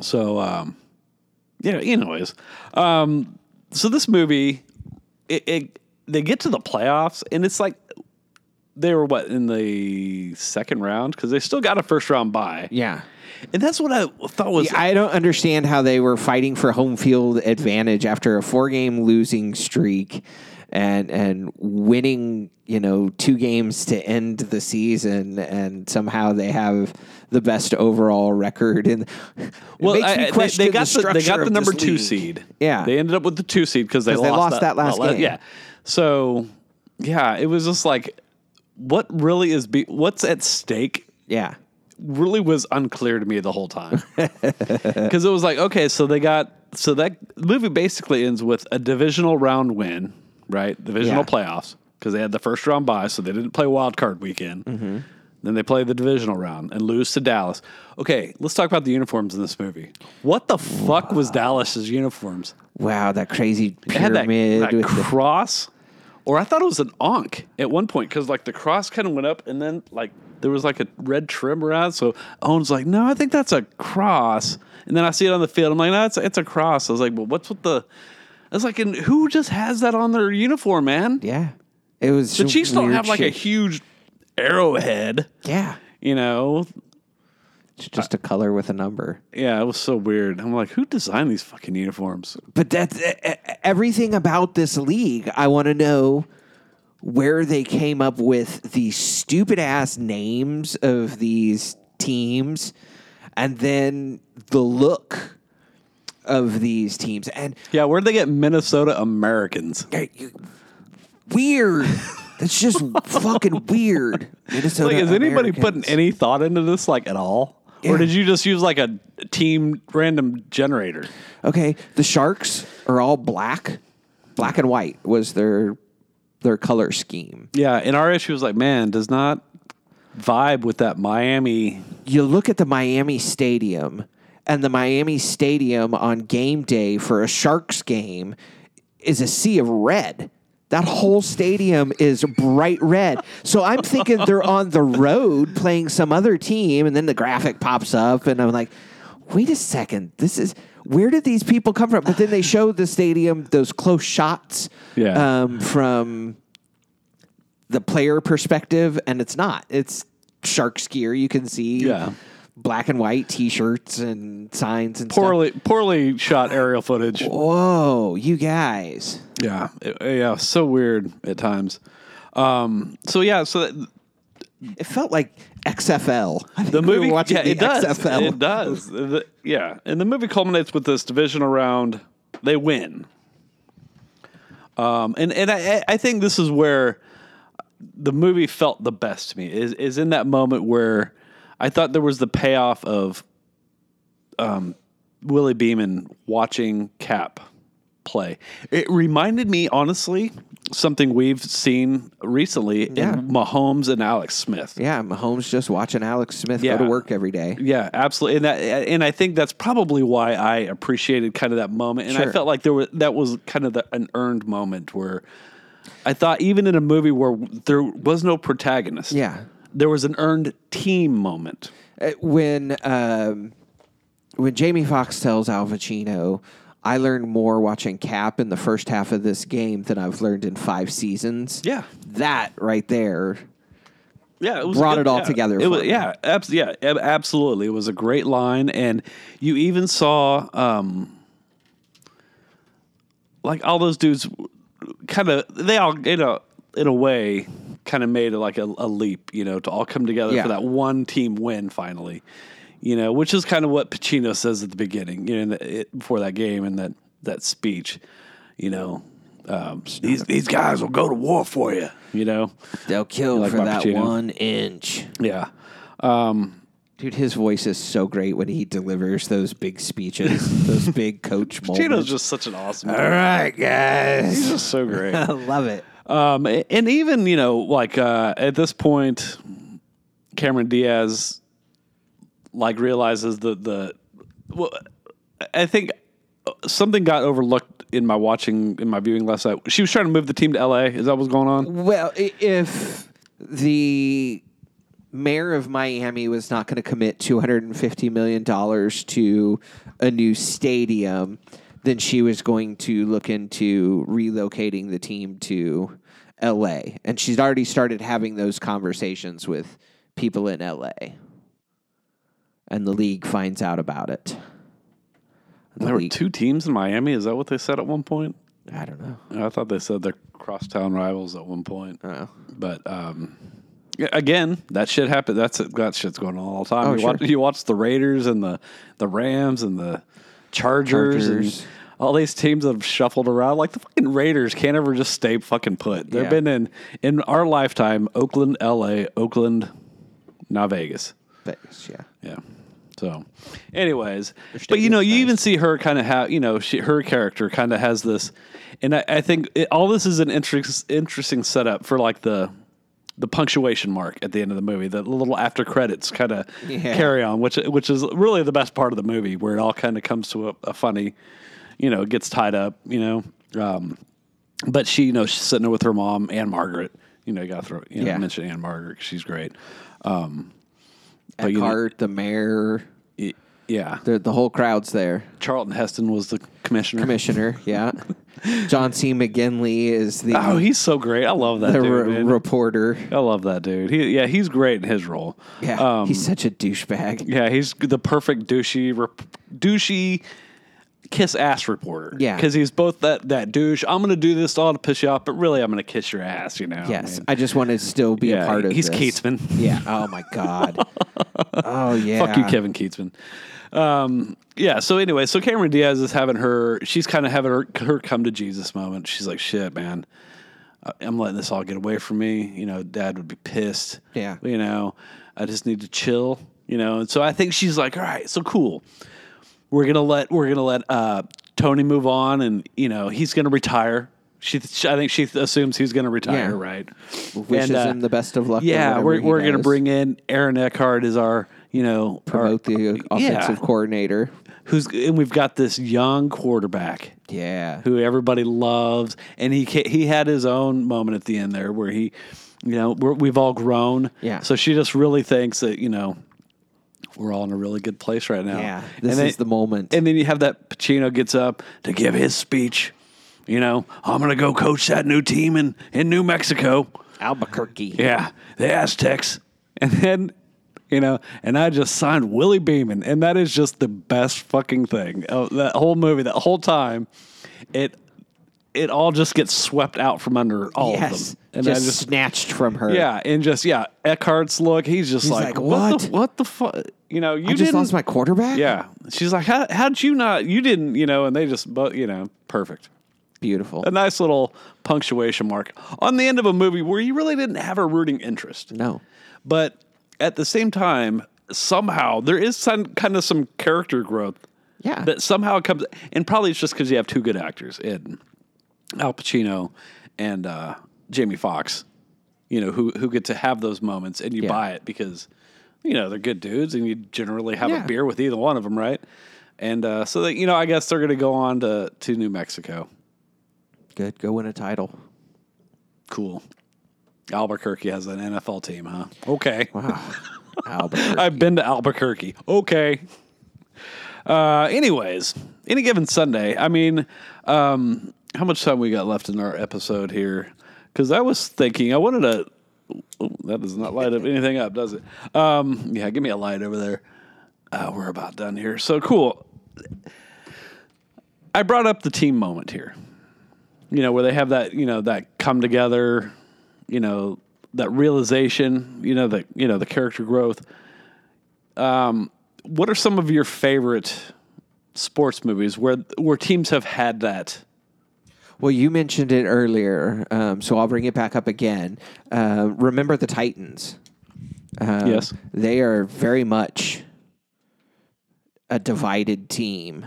So, um, Yeah. Anyways, um, so this movie, it, it they get to the playoffs and it's like they were what in the second round because they still got a first round bye. Yeah. And that's what I thought was I don't understand how they were fighting for home field advantage after a four game losing streak and and winning, you know, two games to end the season and somehow they have the best overall record and it well. makes I- me I- they, question they got the, they structure got the of number this two league. seed. Yeah. They ended up with the two seed because they, 'Cause they lost lost that last game. Yeah. So yeah, it was just like what really is be, what's at stake yeah. really was unclear to me the whole time *laughs* because it was like okay so they got so that the movie basically ends with a divisional round win right divisional Yeah. playoffs because they had the first round bye so they didn't play wild card weekend then they play the divisional round and lose to dallas okay let's talk about the uniforms in this movie what the fuck was dallas's uniforms Wow, that crazy it had that, pyramid that with the cross or i thought it was an onk at one point because like the cross kind of went up and then like there was like a red trim around so owen's like no i think that's a cross and then i see it on the field i'm like no it's, it's a cross i was like well what's with the I was like, and who just has that on their uniform, man? *laughs* Yeah. It was the Chiefs don't have like a huge arrowhead, Yeah. you know? It's Uh, just a color with a number. Yeah, it was so weird. I'm like, who designed these fucking uniforms? But that's e- e- everything about this league. I want to know where they came up with the stupid ass names of these teams and then the look of these teams. And Yeah, where'd they get Minnesota Americans? uh, you- weird. That's *laughs* just fucking weird. Minnesota like, is anybody putting Americans. any thought into this, like, at all? Or Yeah. did you just use like a team random generator? Okay, the sharks are all black. Black and white was their their color scheme. Yeah, and our issue was like, man, does not vibe with that Miami. you look at the Miami Stadium and the Miami Stadium on game day for a Sharks game is a sea of red. That whole stadium is bright red. So I'm thinking they're on the road playing some other team, and then the graphic pops up, and I'm like, wait a second, this is where did these people come from? But then they show the stadium, those close shots Yeah. um, from the player perspective, and it's not. It's Sharks gear. You can see Yeah. black and white T-shirts and signs and stuff. Poorly, poorly shot aerial footage. Whoa, you guys! Yeah, it- Eh, yeah, so weird at times. Um, so yeah, so that, It felt like XFL. I think the we were movie, watching yeah, the it does, XFL. it does, The- yeah, and the movie culminates with this division round. They win. Um, and and I I- I think this is where the movie felt the best to me is is in that moment where I thought there was the payoff of um, Willie Beeman watching Cap play. It reminded me honestly something we've seen recently Yeah. in Mahomes and Alex Smith. Yeah, Mahomes just watching Alex Smith Yeah. go to work every day. Yeah, absolutely, and that, and I think that's probably why I appreciated kind of that moment, and I Sure. felt like there was that was kind of the, an earned moment where I thought even in a movie where there was no protagonist, Yeah. there was an earned team moment. Uh, when um, when Jamie Foxx tells Al Pacino, "I learned more watching Cap in the first half of this game than I've learned in five seasons." Yeah. that right there. Yeah, it was Brought a it all yeah. together It for was, me. yeah, abs- yeah, ab- absolutely. It was a great line, and you even saw um, like all those dudes, kind of they all you know in a way kind of made like a, a leap, you know, to all come together Yeah. for that one team win finally, you know, which is kind of what Pacino says at the beginning, you know, in the, it, before that game and that that speech, you know. Um, these these guys will go to war for you, you know. They'll kill like for my that Pacino? one inch. Yeah, Dude, his voice is so great when he delivers those *laughs* big speeches, those big coach Pacino's moments. just such an awesome. All right, guys. He's Uh, just so *laughs* great. *laughs* I love it. um, and even you know, like uh, at this point, Cameron Diaz like realizes that the well, I think uh, something got overlooked in my watching in my viewing last night. She was trying to move the team to L.A. Is that what's going on? Well, i- if the mayor of Miami was not going to commit $250 million to a new stadium, then she was going to look into relocating the team to LA. And she's already started having those conversations with people in LA. And the league finds out about it. The There were league- two teams in Miami. Is that what they said at one point? I don't know. I thought they said they're crosstown rivals at one point. Oh. But um, yeah, again, that shit happened. That's that shit's going on all the time. Oh, you, sure. watch, you watch the Raiders and the the Rams and the Chargers, Chargers. and all these teams that have shuffled around. Like the fucking Raiders can't ever just stay fucking put. They've Yeah. been in in our lifetime, Oakland, L.A., Oakland, now Vegas. Vegas, yeah. Yeah. So, anyways, but stadium's you know, you nice. even see her kind of have, you know, she, her character kind of has this, and I, I think it, all this is an interest, interesting setup for like the the punctuation mark at the end of the movie, the little after credits kind of Yeah. carry on, which which is really the best part of the movie, where it all kind of comes to a, a funny, you know, gets tied up, you know. Um, but she, you know, she's sitting there with her mom and Margaret. You know, you got to throw, you know, Yeah. mention Anne Margaret. 'cause She's great. But you- Eckhart, the mayor, Y- Yeah. the, the whole crowd's there. Charlton Heston was the commissioner. Commissioner, yeah. John C. McGinley is the, Oh, he's so great. I love that the dude. re- man. reporter. I love that dude. He, yeah, he's great in his role. Yeah, Um, he's such a douchebag. yeah, he's the perfect douchey, rep- douchey kiss ass reporter. Yeah. because he's both that that douche. I'm gonna do this all to piss you off, but really, I'm gonna kiss your ass. You know. Yes, I mean, I just want to still be Yeah, a part of. he's this. Keatsman. Yeah. Oh my God. oh yeah. *laughs* Fuck you, Kevin Keatsman. Um, yeah. So anyway, so Cameron Diaz is having her. She's kind of having her her come to Jesus moment. She's like, "Shit, man, I- I'm letting this all get away from me. You know, Dad would be pissed. Yeah. You know, I just need to chill. You know." And so I think she's like, "All right, so cool. We're gonna let we're gonna let uh, Tony move on, and you know he's gonna retire." She, I think she assumes he's going to retire, Yeah. right? Wishes And, uh, him the best of luck. in yeah, whatever we're he we're gonna does. bring in Aaron Eckhart as our you know our- uh, promote the offensive yeah. coordinator. who's and we've got this young quarterback Yeah. who everybody loves, and he ca- he had his own moment at the end there where he, you know, we're, we've all grown. Yeah. So she just really thinks that you know we're all in a really good place right now. Yeah. This And is then- the moment. And then you have that Pacino gets up to give his speech. You know, I'm gonna go coach that new team in in New Mexico. Albuquerque. Yeah, the Aztecs. And then, you know, and I just signed Willie Beeman, and that is just the best fucking thing. Oh, that whole movie, that whole time, it it all just gets swept out from under all Yes. of them. And just, I just snatched from her. yeah, and just yeah, Eckhart's look, he's just He's like, like, what? "What?" the, what the fuck? You know, you I just didn't lost my *laughs* quarterback. Yeah. She's like, How how'd you not you didn't, you know, and they just but you know, perfect Beautiful. a nice little punctuation mark on the end of a movie where you really didn't have a rooting interest. No. But at the same time, somehow there is some kind of some character growth Yeah. that somehow comes, and probably it's just because you have two good actors in Al Pacino and uh, Jamie Foxx, you know, who who get to have those moments, and you Yeah. buy it because you know they're good dudes, and you generally have Yeah. a beer with either one of them, right? And uh, so that you know, I guess they're going to go on to to New Mexico. Good. Go win *laughs* a title. Cool. Albuquerque has an NFL team, huh? Okay. Wow. *laughs* Albuquerque. I've been to Albuquerque. Okay. Uh, anyways, any given Sunday. I mean, um, how much time we got left in our episode here? Because I was thinking, I wanted to. oh, that does not light up anything up, does it? Um, yeah, give me a light over there. Uh, we're about done here. So cool. I brought up the team moment here. You know where they have that you know that come together, you know that realization, you know the you know the character growth what are some of your favorite sports movies where where teams have had that? Well, you mentioned it earlier, um, so I'll bring it back up again. Uh, remember the Titans. Um, Yes. They are very much a divided team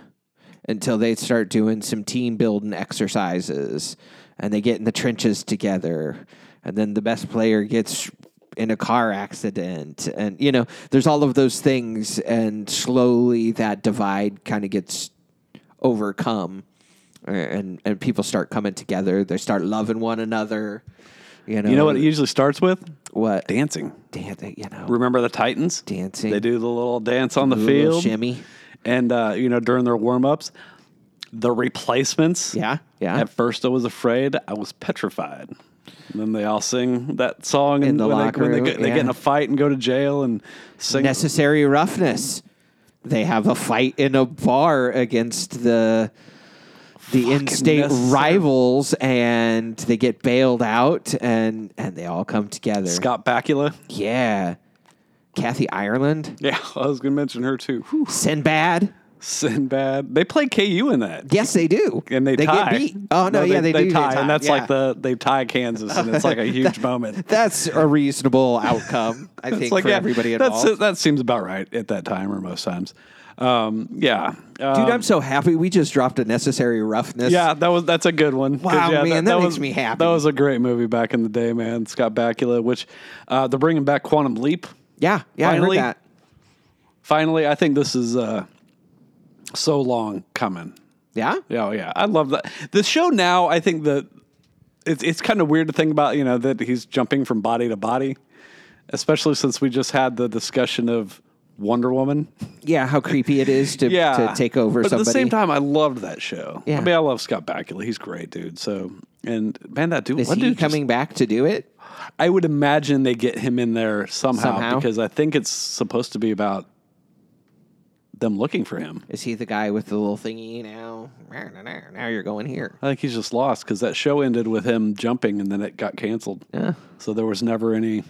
until they start doing some team building exercises and they get in the trenches together. And then the best player gets in a car accident. And, you know, there's all of those things. And slowly that divide kind of gets overcome and and people start coming together they start loving one another You know, You know what it usually starts with? what? Dancing. Dan- you know, Remember the Titans? Dancing. They do the little dance on the a little field. shimmy. And, uh, you know, during their warm ups, the replacements. Yeah, yeah. At first, I was afraid. I was petrified. And then they all sing that song. In the when they, locker when room, they, get, they yeah. get in a fight and go to jail and sing. Necessary roughness. They have a fight in a bar against the the in-state necessary- rivals, and they get bailed out, and and they all come together. Scott Bakula. Yeah, Kathy Ireland, Yeah, *laughs* I was going to mention her too. Whew. Sinbad. Sinbad. They play KU in that. Yes, they do. And they, tie. get beat. Oh no, yeah, they, do. tie, and that's yeah. like the they tie Kansas, and it's like *laughs* a huge moment. That's a reasonable outcome, I It's think, like for yeah, everybody that's- involved. that seems about right at that time or most times. Um, yeah, Dude, Um, I'm so happy we just dropped a necessary roughness. yeah, that was that's a good one. 'Cause, Wow, yeah, man, that makes was, me happy. That was a great movie back in the day, man. Scott Bakula, which uh, they're bringing back Quantum Leap. yeah, yeah. Finally. I heard that. Finally, I think this is uh, so long coming. Yeah, Yeah, oh, yeah. I love that. The show now, I think that it's it's kind of weird to think about, you know, that he's jumping from body to body, especially since we just had the discussion of Wonder Woman. yeah. How creepy it is to Yeah. to take over but somebody. At the same time, I loved that show. Yeah. I mean, I love Scott Bakula. He's great, dude. So, and man, that dude, is that he dude just- coming back to do it? I would imagine they get him in there somehow, Somehow? because I think it's supposed to be about them looking for him. Is he the guy with the little thingy now? Now you're going here. I think he's just lost because that show ended with him jumping and then it got canceled. Yeah. So there was never any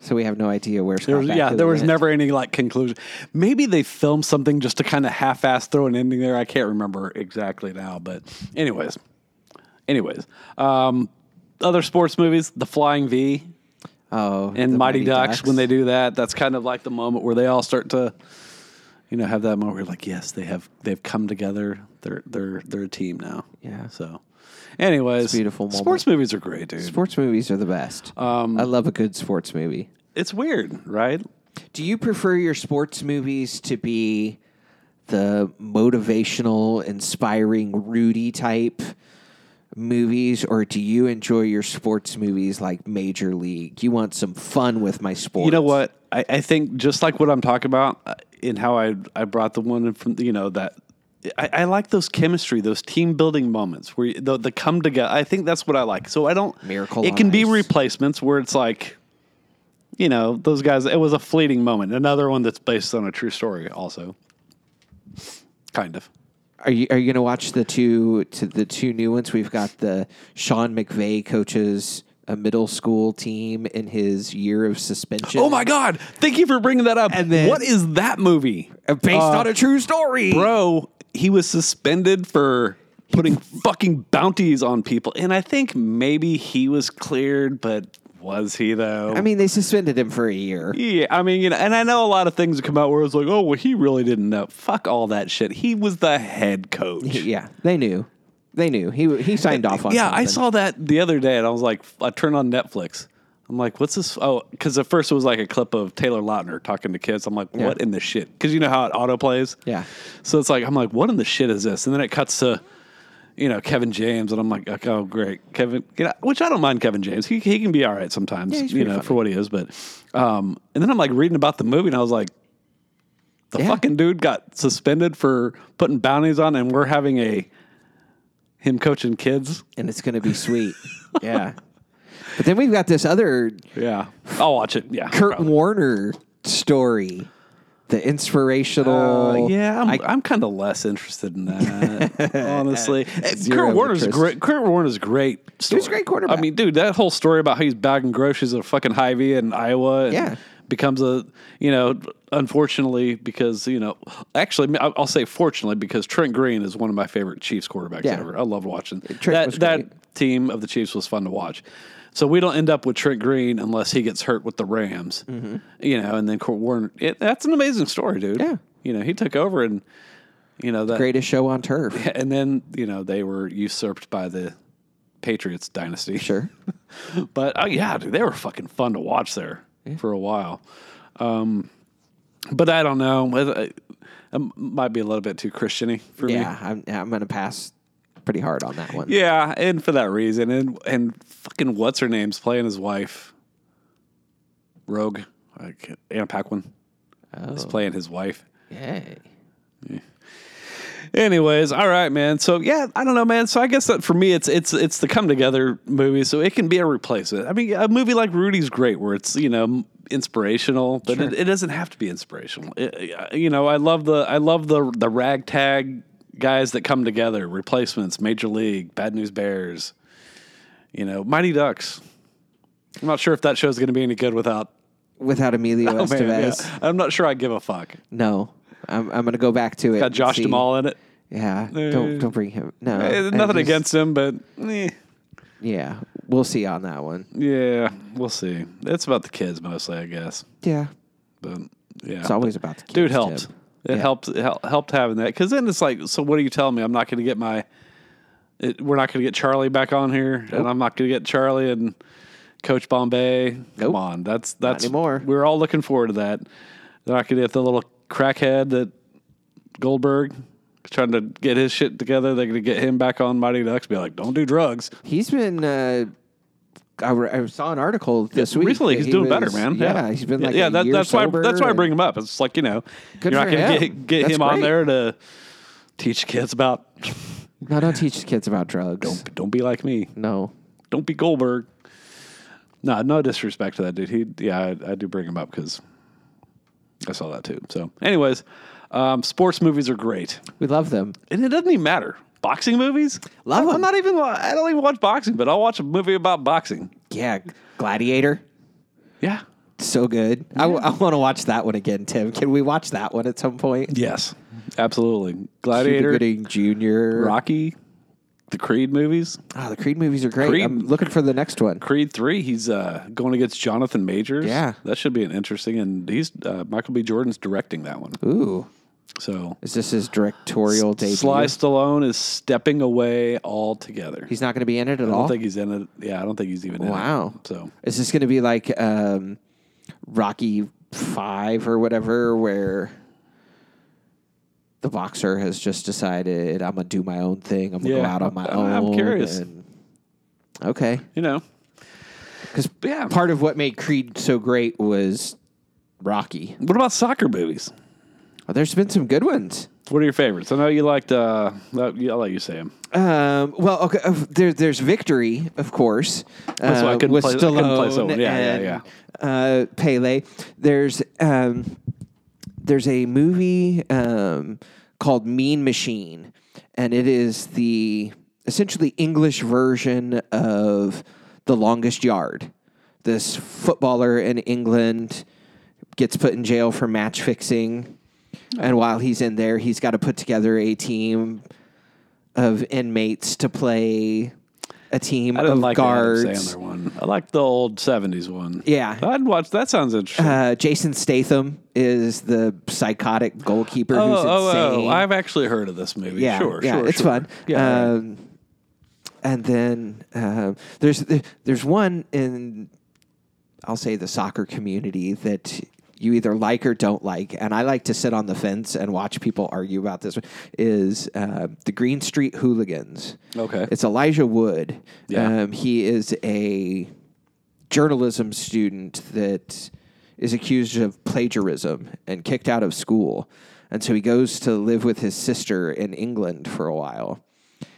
So we have no idea where Scott There was, yeah, Bakula there was went. never any like conclusion. Maybe they filmed something just to kind of half-ass throw an ending there. I can't remember exactly now, but anyways, anyways, um, other sports movies, The Flying V Oh, and the Mighty, Ducks, When they do that, that's kind of like the moment where they all start to, you know, have that moment where like, yes, they have they've come together. They're they're they're a team now. Yeah. So, anyways, beautiful moment. Sports movies are great, dude. sports movies are the best. Um, I love a good sports movie. it's weird, right? Do you prefer your sports movies to be the motivational, inspiring, Rudy type movies, or do you enjoy your sports movies like Major League? You want some fun with my sports. You know what? I, I think just like what I'm talking about uh, in how I I brought the one from you know that. I, I like those chemistry, those team building moments where you, the, the come together. I think that's what I like. So I don't Miracle It on can be Ice. replacements where it's like, you know, those guys. It was a fleeting moment. Another one that's based on a true story, also. Kind of. Are you are you gonna watch the two to the two new ones? We've got the Sean McVay coaches a middle school team in his year of suspension. Oh my God! Thank you for bringing that up. And then- what is that movie? Uh, Based on a true story, bro, he was suspended for putting fucking bounties on people. And I think maybe he was cleared, but was he though? I mean, they suspended him for a year. yeah, I mean, you know, and I know a lot of things come out where it's like, oh, well, he really didn't know. Fuck all that shit. He was the head coach. Yeah, they knew. They knew. He he signed off on. Yeah, I something. saw that the other day, and I was like, I turned on Netflix. I'm like, what's this? Oh, because at first it was like a clip of Taylor Lautner talking to kids. I'm like, what in the shit? Because you know how it auto plays. Yeah. So it's like, I'm like, what in the shit is this? And then it cuts to, you know, Kevin James, and I'm like, okay, oh great, Kevin. You know, which I don't mind Kevin James. He he can be all right sometimes, he's you pretty know, funny. for what he is. But, um, and then I'm like reading about the movie, and I was like. The Yeah. fucking dude got suspended for putting bounties on, and we're having a him coaching kids. and it's going to *laughs* be sweet. yeah. But then we've got this other Yeah, I'll watch it. Yeah, Kurt probably. Warner story, the inspirational. Uh, yeah, I'm, I, am i am kind of less interested in *laughs* that, honestly. Eh, Zero Kurt Warner's interest. great. Kurt Warner's great. Story. a great quarterback. I mean, dude, that whole story about how he's bagging groceries at a fucking Hy-Vee in Iowa, and Yeah. becomes a you know, unfortunately, because you know, actually, I'll I'll say fortunately because Trent Green is one of my favorite Chiefs quarterbacks Yeah. ever. I love watching Trent that. was great. That team of the Chiefs was fun to watch. So we don't end up with Trent Green unless he gets hurt with the Rams, you know, and then Kurt Warner. It, that's an amazing story, dude. Mm-hmm. Yeah. You know, he took over and, you know, that. greatest show on turf. *laughs* And then, you know, they were usurped by the Patriots dynasty. Sure. *laughs* But oh, yeah, dude, they were fucking fun to watch there for a while. Um, but I don't know. It, it might be a little bit too Christiany for me. Yeah, I'm, I'm going to pass pretty hard on that one. Yeah, and for that reason, and and fucking what's her name's playing his wife, Rogue, I can't- Anna Paquin is playing his wife. Yay. Anyways, all right, man. So yeah, I don't know, man. So I guess that for me, it's it's it's the come together movie. So it can be a replacement. I mean, a movie like Rudy's great, where it's you know inspirational, but it, it doesn't have to be inspirational. It- you know, I love the I love the the ragtag guys that come together. Replacements, Major League, Bad News Bears, you know, Mighty Ducks. I'm not sure if that show's going to be any good without. Without Emilio *laughs* Oh, man, yeah. Estevez, I'm not sure I give a fuck. no. I'm, I'm going to go back to it. Got and Josh see. Oh, Duhamel in it. Yeah. Don't don't bring him. No. Eh, I Nothing just- against him, but. eh. Yeah. We'll see on that one. Yeah, we'll see. It's about the kids mostly, I guess. Yeah. But yeah, It's always about the kids, dude helped. Tim. It Yeah. helped. It hel- helped having that because then it's like, so what are you telling me? I'm not going to get my. It, we're not going to get Charlie back on here, and I'm not going to get Charlie and Coach Bombay. Come Nope. on, that's that's anymore. We're all looking forward to that. They're not going to get the little crackhead that Goldberg trying to get his shit together. They're going to get him back on Mighty Ducks. Be like, don't do drugs. He's been. Uh, I, re- I saw an article this week. Recently, that he's he doing better, was- man. Yeah, he's been like yeah. a that- year that's sober why that's why I and- bring him up. It's like you know, Good you're for not going to him. get get That's him on great. there to teach kids about. No, don't teach kids about drugs. Don't be like me. No. Don't be Goldberg. No, no disrespect to that dude. He, yeah, I, I do bring him up because I saw that too. So, anyways, um, sports movies are great, We love them. and it doesn't even matter. Boxing movies, Love I'm 'em. not even. I don't even watch boxing, but I'll watch a movie about boxing. e-, Yeah. Gladiator. Yeah. So good. I, want to watch that one again, Tim. Can we watch that one at some point? Yes. Absolutely. Gladiator. Cuba Gooding Jr. Rocky, the Creed movies. Ah, the Creed movies are great. Creed- I'm looking for the next one. Creed three, he's uh, going against Jonathan Majors. Yeah. that should be an interesting, and he's uh, Michael B. Jordan's directing that one. Ooh. So Is this his directorial debut? Sly Stallone is stepping away altogether. He's not going to be in it at I all. don't think he's in it. Yeah, I don't think he's even. Wow. In it. So Is this going to be like um, Rocky Five or whatever, where the boxer has just decided I'm gonna do my own thing. I'm gonna go Yeah, out on my I'm- own. I'm curious. and- okay, you know, because yeah. part of what made Creed so great was Rocky. what about soccer movies? Oh, there's been some good ones. What are your favorites? I know you liked. Uh, that- I'll let you say them. Um, well, okay, uh, there, there's victory, of course. That's why Oh, I uh, couldn't with play- I couldn't play Stallone Stallone. Yeah, yeah, and, yeah. Uh, Pele. There's um, there's a movie um, called Mean Machine, and it is the essentially English version of The Longest Yard. This footballer in England gets put in jail for match fixing, and while he's in there, he's got to put together a team of inmates to play a team I didn't of like guards. the Adam Sandler Oh. one. I like the old '70s one. Yeah. I'd watch. That sounds interesting. Uh, Jason Statham is the psychotic goalkeeper Oh, who's insane. I've actually heard of this movie. yeah, sure, yeah, sure, it's sure. fun. Yeah, right. um, and then um, there's there's one in I'll say the soccer community that you either like or don't like, and I like to sit on the fence and watch people argue about this. Is uh, the Green Street Hooligans? Okay. it's Elijah Wood. Yeah. Um, he is a journalism student that is accused of plagiarism and kicked out of school. And so he goes to live with his sister in England for a while.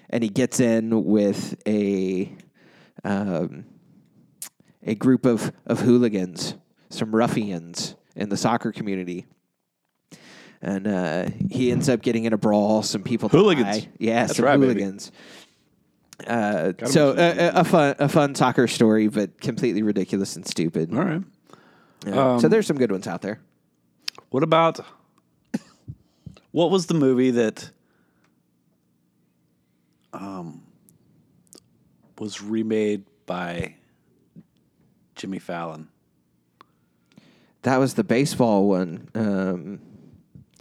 And he gets in with a um, a group of, of hooligans, some ruffians in the soccer community. And uh, he ends up getting in a brawl. Some people Hooligans. die. Yeah, That's some right, baby. hooligans. Uh, so uh, a, a fun a fun soccer story, but completely ridiculous and stupid. All right. Yeah. so there's some good ones out there. What about what was the movie that um was remade by Jimmy Fallon? That was the baseball one. Um,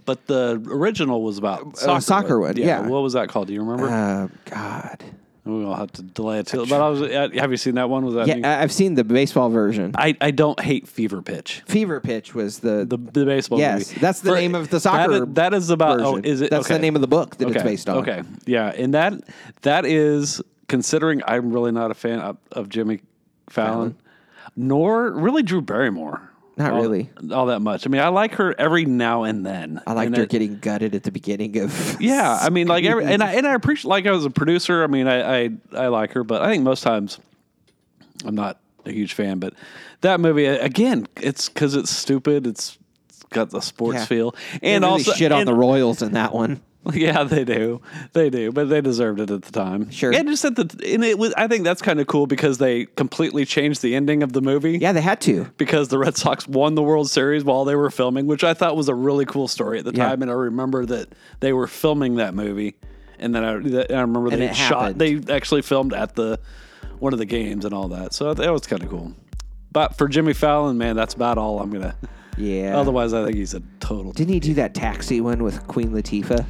But the original was about Uh, soccer right? one, yeah. What was that called? Do you remember? uh, God, We'll have to delay it till. But I was. uh, Have you seen that one? Was that? Yeah, uh, I- I've seen the baseball version. I, I don't hate Fever Pitch. Fever Pitch was the, The, the baseball Yes, movie. that's the name of the that soccer is- that is about. Oh, version. is it? That's okay. the name of the book that okay. it's based on. Okay, yeah, and that that is considering I'm really not a fan of, of Jimmy Fallon, nor really Drew Barrymore. Not all, really. all that much. I mean, I like her every now and then. I liked And her it- getting gutted at the beginning of. *laughs* Yeah, *laughs* I mean, like every, and I and I appreciate like I was a producer. I mean, I, I I like her, but I think most times I'm not a huge fan. But that movie uh, again, it's because it's stupid. It's got the sports Yeah. feel, They and really also shit on and- the Royals in that one. *laughs* Yeah, they do, they do, but they deserved it at the time. Sure. and just at the and it was. I think that's kind of cool because they completely changed the ending of the movie. Yeah, they had to. Because the Red Sox won the World Series while they were filming, which I thought was a really cool story at the Yeah. time, and I remember that they were filming that movie, and then I, that- I remember And they it shot, happened. they actually filmed at the one of the games and all that, so that was kind of cool. But for Jimmy Fallon, man, that's about all I'm gonna. Yeah. Otherwise, I think he's a total. Didn't he do that taxi one with Queen Latifah?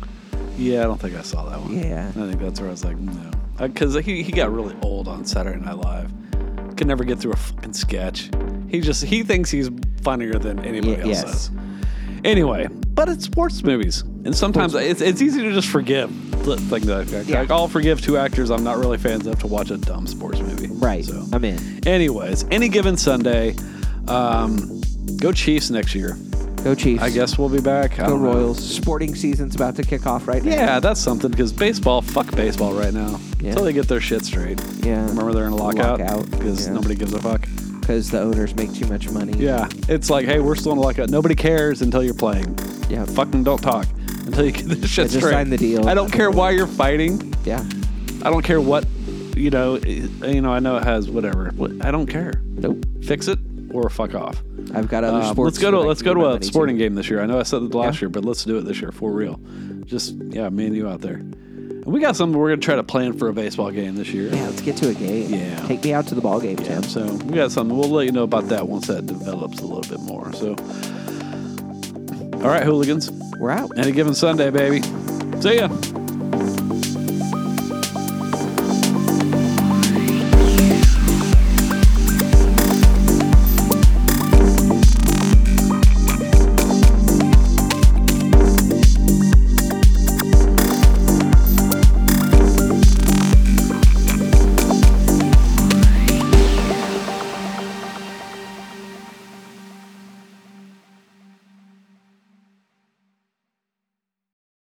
Yeah, I don't think I saw that one. Yeah. I think that's where I was like, no. Because he, he got really old on Saturday Night Live. Could never get through a fucking sketch. He just, he thinks he's funnier than anybody Ye- else yes. is. Anyway, but it's sports movies. And sometimes it's, it's easy to just forgive the thing that like, Yeah. I'll forgive two actors I'm not really fans of to watch a dumb sports movie. Right. So, I'm in. anyways, any given Sunday, um, go Chiefs next year. Go Chiefs. I guess we'll be back. I Go don't know. Royals. Sporting season's about to kick off right now. Yeah, that's something because baseball, fuck baseball right now. Yeah. Until they get their shit straight. Yeah. Remember they're in a lockout? Lockout, Because yeah. nobody gives a fuck. Because the owners make too much money. Yeah. It's like, hey, we're still in a lockout. Nobody cares until you're playing. Yeah. Fucking don't talk until you get this shit just straight. sign the deal. I don't care why you're fighting. Yeah. I don't care what, you know, i- you know, I know it has whatever. What- I don't care. Nope. Fix it or fuck off. I've got other Um, sports. let's go to that I let's can go give to my a money sporting game this year. I know I said it last Yeah. year, but let's do it this year for real. Just yeah, me and you out there. And we got something we're gonna try to plan for a baseball game this year. Yeah, let's get to a game. Yeah. Take me out to the ball game, Tim. So we got something. We'll let you know about that once that develops a little bit more. So all right, hooligans. We're out. Any given Sunday, baby. See ya.